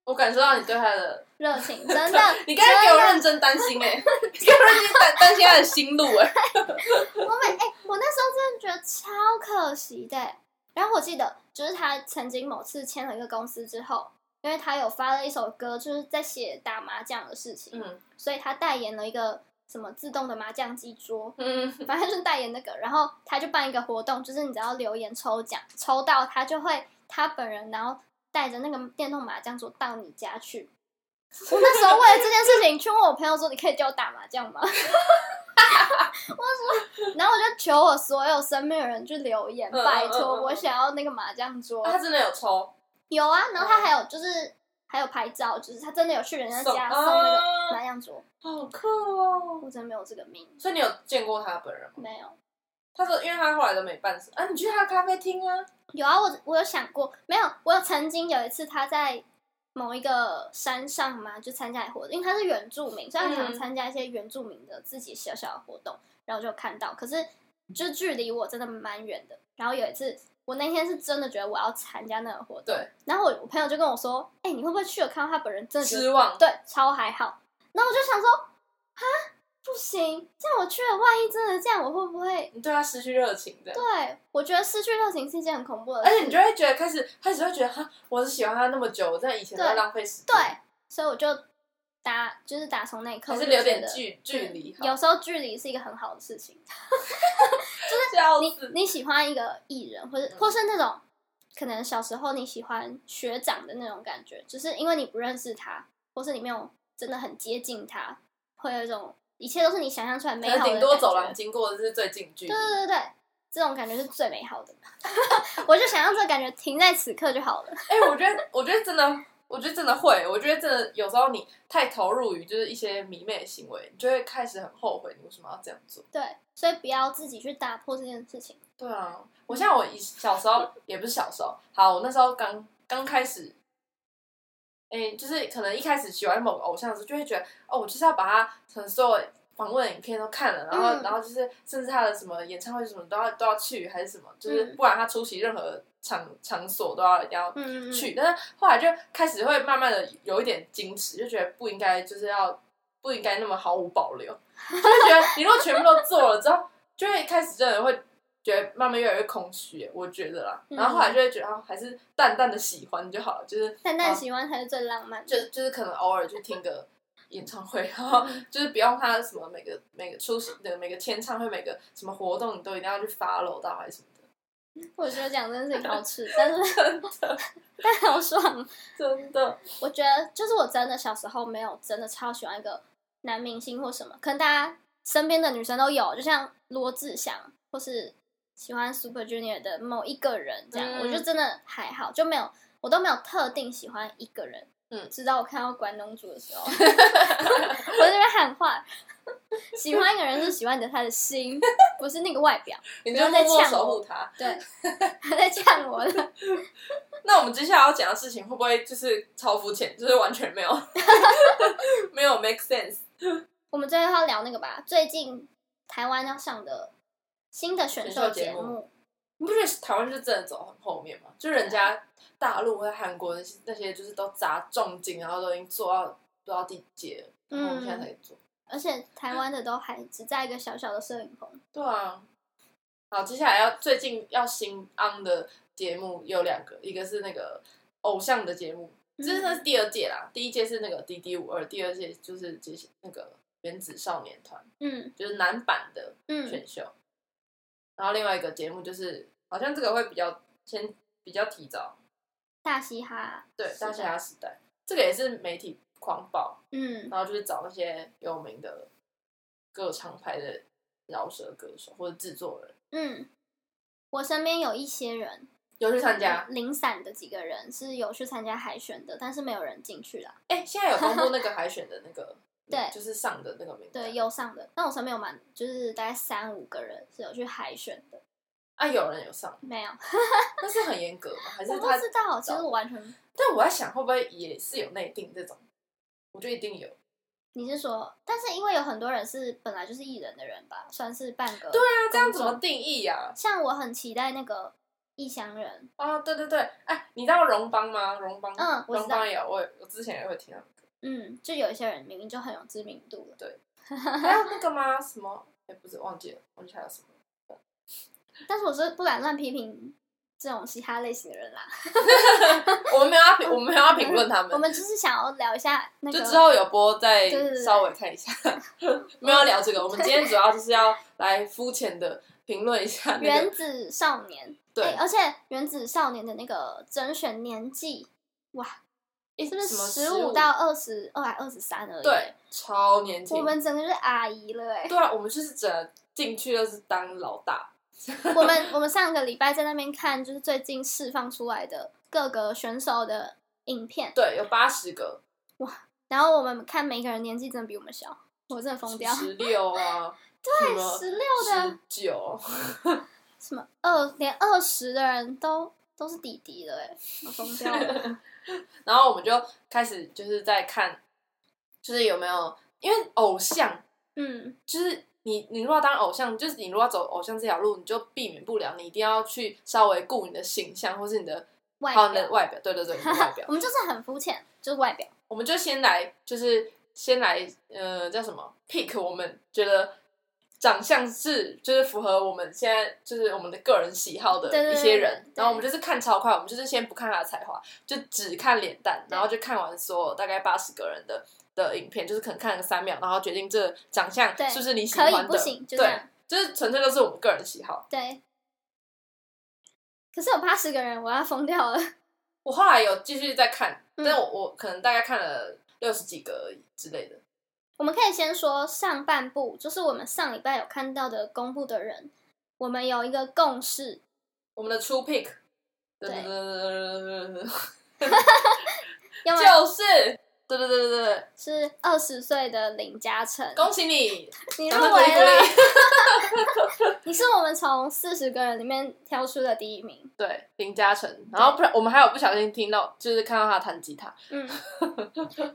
Speaker 1: 我感受到你对他的，
Speaker 2: 热情真的，
Speaker 1: 你刚才给我
Speaker 2: 真的
Speaker 1: 认真担心哎，你给我认真担担心他的心路
Speaker 2: [LAUGHS]
Speaker 1: 哎，
Speaker 2: 我每哎、我那时候真的觉得超可惜的欸。然后我记得，就是他曾经某次签了一个公司之后，因为他有发了一首歌，就是在写打麻将的事情，
Speaker 1: 嗯
Speaker 2: 所以他代言了一个什么自动的麻将机桌，
Speaker 1: 嗯，
Speaker 2: 反正就是代言那个，然后他就办一个活动，就是你只要留言抽奖，抽到他就会他本人，然后带着那个电动麻将桌到你家 [LAUGHS] 去。我那时候为了这件事情去问我朋友说：“你可以教我打麻将吗？”然后我就求我所有身边的人去留言，
Speaker 1: 嗯
Speaker 2: 拜
Speaker 1: 嗯嗯
Speaker 2: 托，
Speaker 1: 嗯
Speaker 2: 我想要那个麻将桌
Speaker 1: 啊。嗯他真的有抽
Speaker 2: 有啊，然后他还有就是还有拍照，就是他真的有去人家家送那个
Speaker 1: 啊，
Speaker 2: 麻将桌，
Speaker 1: 好酷哦！
Speaker 2: 我真的没有这个命，
Speaker 1: 所以你有见过他本人吗？
Speaker 2: 没有。
Speaker 1: 他说，因为他后来都没办事啊，你去他的咖啡厅啊，
Speaker 2: 有啊，我我有想过，没有，我有曾经有一次他在某一个山上嘛，就参加一个活动，因为他是原住民，所以他常
Speaker 1: 嗯
Speaker 2: 参加一些原住民的自己小小的活动，然后就看到，可是就距离我真的蛮远的。然后有一次，我那天是真的觉得我要参加那个活动，
Speaker 1: 对，
Speaker 2: 然后我我朋友就跟我说：“哎、你会不会去了看到他本人？”真的觉得
Speaker 1: 失望。
Speaker 2: 对，超还好。然后我就想说，啊，不行，这样我去了，万一真的这样，我会不会？
Speaker 1: 你对他失去热情的，
Speaker 2: 对，我觉得失去热情是一件很恐怖的
Speaker 1: 而
Speaker 2: 事。
Speaker 1: 且你就会觉得开始开始会觉得哈，我是喜欢他那么久，我在以前都在
Speaker 2: 对
Speaker 1: 浪费时间，
Speaker 2: 对，所以我就打，就是打从那一刻
Speaker 1: 还
Speaker 2: 我
Speaker 1: 是
Speaker 2: 就
Speaker 1: 留
Speaker 2: 觉得，嗯
Speaker 1: 点距距离好，
Speaker 2: 有时候距离是一个很好的事情。
Speaker 1: 笑
Speaker 2: 你
Speaker 1: 死。
Speaker 2: 你喜欢一个艺人，或者
Speaker 1: 嗯
Speaker 2: 或是那种可能小时候你喜欢学长的那种感觉，就是因为你不认识他，或是你没有真的很接近他，会有一种一切都是你想象出来美
Speaker 1: 可
Speaker 2: 好的
Speaker 1: 能顶
Speaker 2: 感
Speaker 1: 多走廊
Speaker 2: 觉。
Speaker 1: 经过的是最近距离
Speaker 2: 对，对对对，这种感觉是最美好的。 [LAUGHS] 我就想让这个感觉停在此刻就好了。
Speaker 1: 哎、我觉得，我觉得真的，我觉得真的会，我觉得真的有时候你太投入于就是一些迷妹的行为，你就会开始很后悔你为什么要这样做。
Speaker 2: 对，所以不要自己去打破这件事情。
Speaker 1: 对啊，我像我以小时候也不是小时候，好，我那时候刚刚开始。哎、就是可能一开始喜欢某个偶像的时候，就会觉得哦，我就是要把他可能所有访问的影片都看了，然后、
Speaker 2: 嗯
Speaker 1: 然后就是甚至他的什么演唱会什么都要都要去，还是什么，就是
Speaker 2: 嗯
Speaker 1: 不管他出席任何场场所都要一定要
Speaker 2: 嗯嗯嗯，
Speaker 1: 去，但是后来就开始会慢慢的有一点矜持，就觉得不应该就是要不应该那么毫无保
Speaker 2: [LAUGHS]
Speaker 1: 留，就会觉得你如果全部都做了之后，就会开始真的会觉得慢慢越来越空虚，我觉得啦。
Speaker 2: 嗯
Speaker 1: 然后后来就会觉得、啊、还是淡淡的喜欢就好了，就是
Speaker 2: 淡淡
Speaker 1: 啊
Speaker 2: 喜欢才是最浪漫的。
Speaker 1: 就就是可能偶尔去听个演唱会，然后
Speaker 2: 嗯
Speaker 1: 就是不用他什么每个每个出席的每个签唱会每个什么活动，你都一定要去 follow 到还是什么的，
Speaker 2: 我觉得讲这件事
Speaker 1: [LAUGHS]
Speaker 2: 情好耻，但是但好爽。
Speaker 1: 真的，
Speaker 2: 我觉得就是我真的小时候没有真的超喜欢一个男明星或什么，可能大家身边的女生都有，就像罗志祥或是喜欢 Super Junior 的某一个人这样，
Speaker 1: 嗯
Speaker 2: 我就真的还好，就没有我都没有特定喜欢一个人。
Speaker 1: 嗯
Speaker 2: 直到我看到关东煮
Speaker 1: [LAUGHS]
Speaker 2: 的时候，我在那边喊话，喜欢一个人是喜欢的他的心，不是那个外表。
Speaker 1: 你
Speaker 2: 不
Speaker 1: 就
Speaker 2: 要再
Speaker 1: 默默
Speaker 2: 呛
Speaker 1: 守
Speaker 2: 我
Speaker 1: 护他。
Speaker 2: 对，他在呛我了。
Speaker 1: 那我们接下来要讲的事情会不会就是超肤浅，就是完全没有没有 make sense？
Speaker 2: 我们最后要聊那个吧，最近台湾要上的新的选秀节
Speaker 1: 选秀节
Speaker 2: 目，
Speaker 1: 你不觉得台湾就真的走很后面吗？就人家大陆和韩国那些那些就是都砸重金，然后都已经做到做到地界了，然后我们现在才做。
Speaker 2: 而且台湾的都还只在一个小小的摄影棚。
Speaker 1: 对啊。好，接下来要最近要新 on 的节目有两个，一个是那个偶像的节目，这是那是第二届啦，第一届是那个 D D 五二，第二届就是这些那个原子少年团，
Speaker 2: 嗯
Speaker 1: 就是男版的
Speaker 2: 嗯，
Speaker 1: 选秀。然后另外一个节目就是，好像这个会比较先比较提早，
Speaker 2: 大嘻哈，
Speaker 1: 对
Speaker 2: 是，的
Speaker 1: 大嘻哈时代，这个也是媒体狂暴，
Speaker 2: 嗯
Speaker 1: 然后就是找那些有名的歌唱派的饶舌歌手或者制作人，
Speaker 2: 嗯，我身边有一些人呃
Speaker 1: 有去参加。
Speaker 2: 零散的几个人是有去参加海选的，但是没有人进去啦。，
Speaker 1: 哎、现在有公布那个海选的那个
Speaker 2: [LAUGHS] 对
Speaker 1: 就是上的那个名单
Speaker 2: 对，，有上的，但我身边有蛮就是大概三五个人是有去海选的，
Speaker 1: 啊，有人有上，
Speaker 2: 没有，
Speaker 1: 但是很严格嘛，还是
Speaker 2: 我不
Speaker 1: 他
Speaker 2: 知？道，其实我完全，
Speaker 1: 但我在想，会不会也是有内定这种？我觉得一定有。
Speaker 2: 你是说，但是因为有很多人是本来就是艺人的人吧，算是半个
Speaker 1: 对啊，这样怎
Speaker 2: 公
Speaker 1: 么
Speaker 2: 众
Speaker 1: 定义啊呀、
Speaker 2: 像我很期待那个异乡人，
Speaker 1: 哦，对对对，哎，你知道荣邦吗？荣邦，
Speaker 2: 嗯我知
Speaker 1: 荣
Speaker 2: 道
Speaker 1: 邦有，我我之前也会听到，啊
Speaker 2: 嗯，就有一些人明明就很有知名度了，
Speaker 1: 还有那个吗？什么？哎，不是，忘记了，忘记还有什么？
Speaker 2: 但是我是不敢乱批评这种嘻哈类型的人啦。
Speaker 1: 我们没有要评，我们没有要评论他
Speaker 2: 我
Speaker 1: 们，
Speaker 2: 们只是想要聊一下那
Speaker 1: 就
Speaker 2: 个，
Speaker 1: 之后有播再
Speaker 2: 对对对
Speaker 1: 稍微看
Speaker 2: [LAUGHS]
Speaker 1: 一下，没有聊这个，我们今天主要就是要来肤浅的评论一下那个，
Speaker 2: 原哎哦子少年，
Speaker 1: 对
Speaker 2: 哎而且原子少年的那个甄选年纪，哇，
Speaker 1: 一
Speaker 2: 是不是
Speaker 1: 什么
Speaker 2: 十五到二十二还二十三而已？
Speaker 1: 对，超年轻。
Speaker 2: 我们整个就是阿姨了哎、
Speaker 1: 对啊，我们就是整个进去就是当老大。
Speaker 2: [LAUGHS] 我们我们上个礼拜在那边看，就是最近释放出来的各个选手的影片，
Speaker 1: 对，有八十个，
Speaker 2: 然后我们看每个人年纪真的比我们小，我真的疯掉。 [LAUGHS]
Speaker 1: 十六啊，什么
Speaker 2: 对，十六的
Speaker 1: 十九，
Speaker 2: 什么二连二十的人都都是弟弟了哎、我疯
Speaker 1: [LAUGHS]
Speaker 2: 掉了。
Speaker 1: 然后我们就开始就是在看，就是有没有，因为偶像
Speaker 2: 嗯，
Speaker 1: 就是你，你如果要当偶像，就是你如果要走偶像这条路，你就避免不了，你一定要去稍微顾你的形象，或是你的
Speaker 2: 外
Speaker 1: 还有你的
Speaker 2: 表，
Speaker 1: 外表，对对对，你的外表
Speaker 2: [LAUGHS] 我。们就是很肤浅，就是外表。
Speaker 1: 我们就先来，就是先来，呃，叫什么？pick 我们觉得长相是就是符合我们现在就是我们的个人喜好的
Speaker 2: 对对
Speaker 1: 一
Speaker 2: 对
Speaker 1: 些人，
Speaker 2: 对
Speaker 1: 然后我们就是看超快，我们就是先不看他的才华，就只看脸蛋，
Speaker 2: 对
Speaker 1: 然后就看完所有大概八十个人的。的影片就是可能看个三秒，然后决定这长相
Speaker 2: 对
Speaker 1: 是不是你喜
Speaker 2: 可
Speaker 1: 欢
Speaker 2: 以
Speaker 1: 的，
Speaker 2: 不行就这
Speaker 1: 对
Speaker 2: 样，
Speaker 1: 就是纯粹都是我们个人喜好。
Speaker 2: 对。可是有八十个人，我要疯掉了。 [LAUGHS]
Speaker 1: 我后来有继续在看，
Speaker 2: 嗯
Speaker 1: 但我我可能大概看了六十几个而已之类的。
Speaker 2: 我们可以先说上半部，就是我们上礼拜有看到的公布的人，我们有一个共识，
Speaker 1: 我们的初 pick，
Speaker 2: 对
Speaker 1: 就
Speaker 2: 要么
Speaker 1: 是，对对对对对，
Speaker 2: 是二十岁的林嘉诚，
Speaker 1: 恭喜你，
Speaker 2: 你入
Speaker 1: 掌声鼓励
Speaker 2: 围了，
Speaker 1: 鼓励。
Speaker 2: 你是我们从四十个人里面挑出的第一
Speaker 1: [LAUGHS]
Speaker 2: 名。
Speaker 1: 对，林嘉诚，然后不然我们还有不小心听到，就是看到他弹吉他，
Speaker 2: 嗯，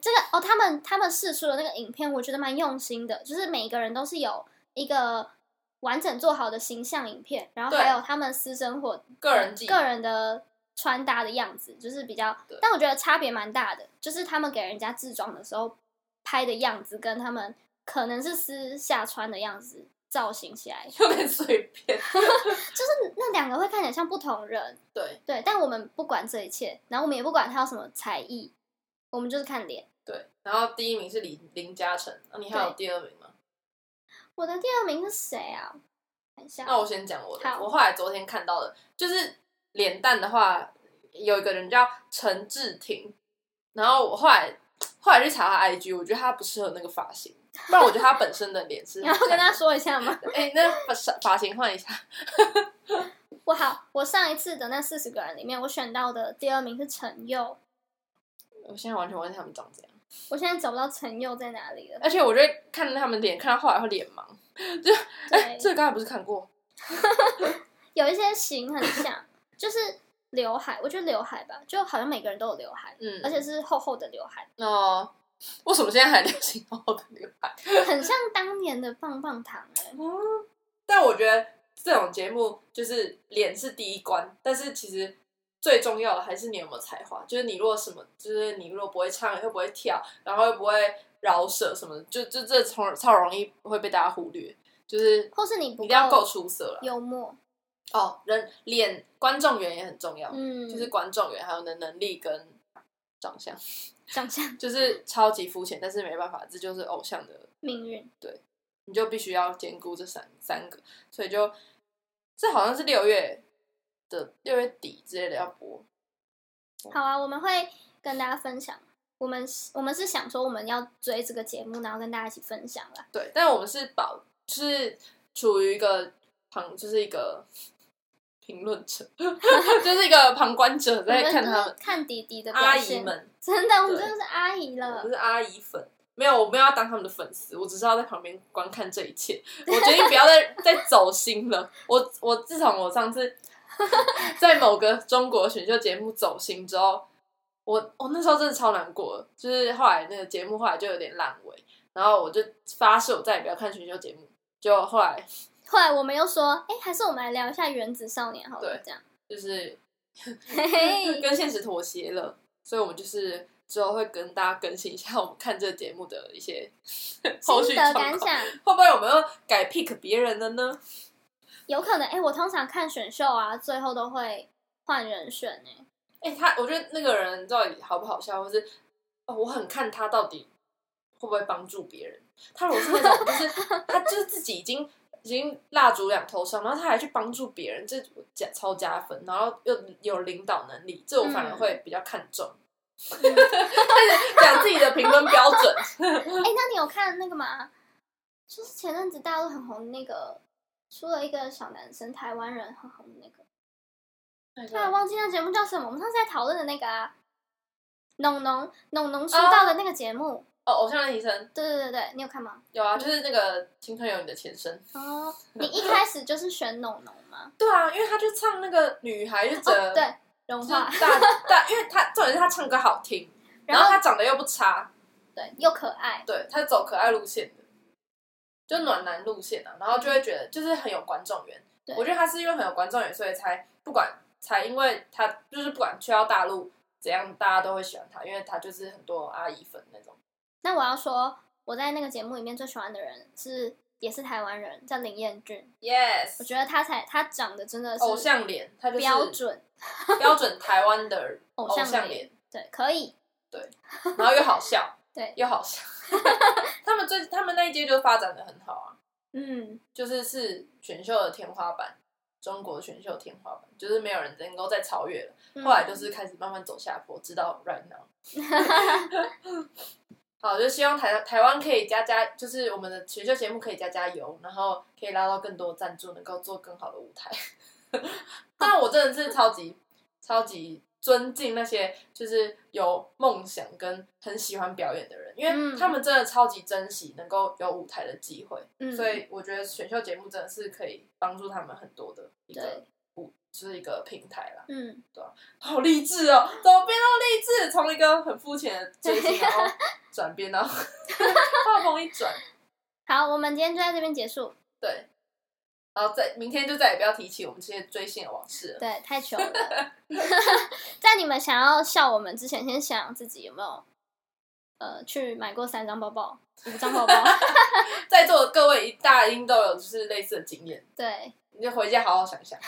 Speaker 2: 这个哦，他们他们试出的那个影片，我觉得蛮用心的，就是每一个人都是有一个完整做好的形象影片，然后
Speaker 1: 对
Speaker 2: 还有他们私生活
Speaker 1: 个人技，
Speaker 2: 个人的穿搭的样子，就是比较
Speaker 1: 对，
Speaker 2: 但我觉得差别蛮大的，就是他们给人家自装的时候拍的样子，跟他们可能是私下穿的样子造型起来，
Speaker 1: 有点随便。
Speaker 2: 就是那两个会看起来像不同人，
Speaker 1: 对
Speaker 2: 对，但我们不管这一切，然后我们也不管他有什么才艺，我们就是看脸。
Speaker 1: 对，然后第一名是林林嘉诚，那你还有
Speaker 2: 对
Speaker 1: 第二名吗？
Speaker 2: 我的第二名是谁啊？看一下，
Speaker 1: 那我先讲我的，
Speaker 2: 好
Speaker 1: 我后来昨天看到的，就是脸蛋的话，有一个人叫陈志廷，然后我后来后来去查他 IG，我觉得他不适合那个发型，不然我觉得他本身的脸是
Speaker 2: [LAUGHS] 你
Speaker 1: 好
Speaker 2: 要
Speaker 1: 看的。
Speaker 2: 跟他说一下吗？ [LAUGHS]
Speaker 1: 哎、那发发型换一下，
Speaker 2: 我好，我上一次的那四十个人里面，我选到的第二名是陈佑，
Speaker 1: 我现在完全忘记他们长怎样，
Speaker 2: 我现在找不到陈佑在哪里了。
Speaker 1: [LAUGHS] 而且我就会看他们脸，看到后来会脸盲，就哎、
Speaker 2: 对
Speaker 1: 这个刚才不是看过？
Speaker 2: 有一些型很像，就是刘海，我觉得刘海吧，就好像每个人都有刘海，
Speaker 1: 嗯，
Speaker 2: 而且是厚厚的刘海，
Speaker 1: 那、为什么现在还流行厚的刘海？
Speaker 2: 很像当年的棒棒糖、欸。
Speaker 1: [LAUGHS] 但我觉得这种节目就是脸是第一关，但是其实最重要的还是你有没有才华。就是你如果什么，就是你如果不会唱，又不会跳，然后又不会饶舌什么的，就就这从超容易会被大家忽略。就是
Speaker 2: 或是你
Speaker 1: 一
Speaker 2: 不
Speaker 1: 定要够
Speaker 2: 够
Speaker 1: 出色了
Speaker 2: 幽默，
Speaker 1: 哦，人脸观众缘也很重要，
Speaker 2: 嗯，
Speaker 1: 就是观众缘还有你的能力跟长相，
Speaker 2: 长相
Speaker 1: 就是超级肤浅，但是没办法，这就是偶像的
Speaker 2: 命运，
Speaker 1: 你就必须要兼顾这三三个，所以就这好像是六月的六月底之类的要播，
Speaker 2: 好啊，我们会跟大家分享。我们是我们是想说我们要追这个节目，然后跟大家一起分享啦。
Speaker 1: 对，但我们是保是处于一个旁，就是一个评论者， [LAUGHS] 就是一个旁观者在看他
Speaker 2: 我
Speaker 1: 们
Speaker 2: 就是看弟弟 [LAUGHS] 的表
Speaker 1: 阿姨
Speaker 2: 现，
Speaker 1: 们，
Speaker 2: 真的，我们
Speaker 1: 对
Speaker 2: 真的是阿姨
Speaker 1: 我
Speaker 2: 了
Speaker 1: 不。是阿姨粉。没有，我没有要当他们的粉丝，我只是要在旁边观看这一切。我决定不要再再走心了。我我自从我上次在某个中国选秀节目走心之后，我我那时候真的超难过的，就是后来那个节目后来就有点烂尾，然后我就发誓我再也不要看选秀节目。就后来
Speaker 2: 后来我们又说，哎、还是我们来聊一下《原子少年》好了
Speaker 1: 对，
Speaker 2: 这样。
Speaker 1: 就是
Speaker 2: 嘿嘿，
Speaker 1: 跟现实妥协了，所以我们就是之后会跟大家更新一下我们看这个节目的一些 [LAUGHS] 后续
Speaker 2: 心得
Speaker 1: 状
Speaker 2: 感
Speaker 1: 况。
Speaker 2: 想。
Speaker 1: 会不会我们要改 pick 别人的呢？
Speaker 2: 有可能，哎、我通常看选秀啊，最后都会换人选、
Speaker 1: [LAUGHS]
Speaker 2: 欸，
Speaker 1: 哎、他我觉得那个人到底好不好笑，或是、哦、我很看他到底会不会帮助别人。他如果是那种，
Speaker 2: [LAUGHS]
Speaker 1: 就是他就是自己已经已经蜡烛两头烧，然后他还去帮助别人，这加 [LAUGHS]
Speaker 2: 嗯
Speaker 1: 超加分，然后又有领导能力，这我反而会比较看重。讲自己的评分标
Speaker 2: [LAUGHS]
Speaker 1: 准。
Speaker 2: 哎、那你有看那个吗？就是前阵子大陆很红的那个，出了一个小男生，台湾人很红的那个，突然忘记那节目叫什么。我们上次在讨论的那个啊，农农农农出道的那个节目。
Speaker 1: 哦，偶像练习生
Speaker 2: 对对对对，你有看吗？
Speaker 1: 有啊，就是那个《青春有你》的前身。
Speaker 2: 哦，你一开始就是选农农吗？
Speaker 1: 对啊，因为他就唱那个女孩，就整
Speaker 2: 哦，对，
Speaker 1: 呃
Speaker 2: 融
Speaker 1: 就是
Speaker 2: 化，
Speaker 1: 大大，因为他重点是他唱歌好听，然
Speaker 2: 然
Speaker 1: 后
Speaker 2: 后
Speaker 1: 他长得又不差，
Speaker 2: 对又可爱，
Speaker 1: 对，他是走可爱路线的，就暖男路线啊，然后就会觉得就是很有观众缘。
Speaker 2: 对
Speaker 1: 我觉得他是因为很有观众缘，所以才不管才因为他就是不管去到大陆怎样，大家都会喜欢他，因为他就是很多阿姨粉那种。
Speaker 2: 那我要说，我在那个节目里面最喜欢的人是也是台湾人，叫林彦俊。 [LAUGHS] 我
Speaker 1: Yes，
Speaker 2: 觉得他才他长得真的是
Speaker 1: 偶像脸，他就是
Speaker 2: 标准
Speaker 1: 标准台湾的
Speaker 2: [LAUGHS] 偶
Speaker 1: 偶像
Speaker 2: 像
Speaker 1: 脸
Speaker 2: 脸，，对，可以
Speaker 1: 然后又好笑，
Speaker 2: [LAUGHS] 对
Speaker 1: 又好笑。 [LAUGHS] 他们最他们那一届就发展的很好啊，
Speaker 2: 嗯，
Speaker 1: 就是是选秀的天花板，中国选秀天花板，就是没有人能够再超越了。
Speaker 2: 嗯
Speaker 1: 后来就是开始慢慢走下坡，直到 right
Speaker 2: [LAUGHS]
Speaker 1: now。好，就希望台台湾可以加加，就是我们的选秀节目可以加加油，然后可以拉到更多赞助，能够做更好的舞台。 [LAUGHS] 但我真的是超级超级尊敬那些就是有梦想跟很喜欢表演的人，因为
Speaker 2: 嗯
Speaker 1: 他们真的超级珍惜能够有舞台的机会。
Speaker 2: 嗯
Speaker 1: 所以我觉得选秀节目真的是可以帮助他们很多的一个
Speaker 2: 对
Speaker 1: 舞，就是一个平台啦。
Speaker 2: 嗯，
Speaker 1: 好励志哦，怎么变到励志？从一个很肤浅的追星，然后转变到 [LAUGHS] 画风一转，
Speaker 2: 好，我们今天就在这边结束，
Speaker 1: 对。然后再明天就再也不要提起我们这些追星的往事了。
Speaker 2: 对，太糗了。在你们想要笑我们之前，先想自己有没有呃去买过三张包包、五张包包，
Speaker 1: 在座的各位一大应都有就是类似的经验，
Speaker 2: 对，
Speaker 1: 你就回家好好想想。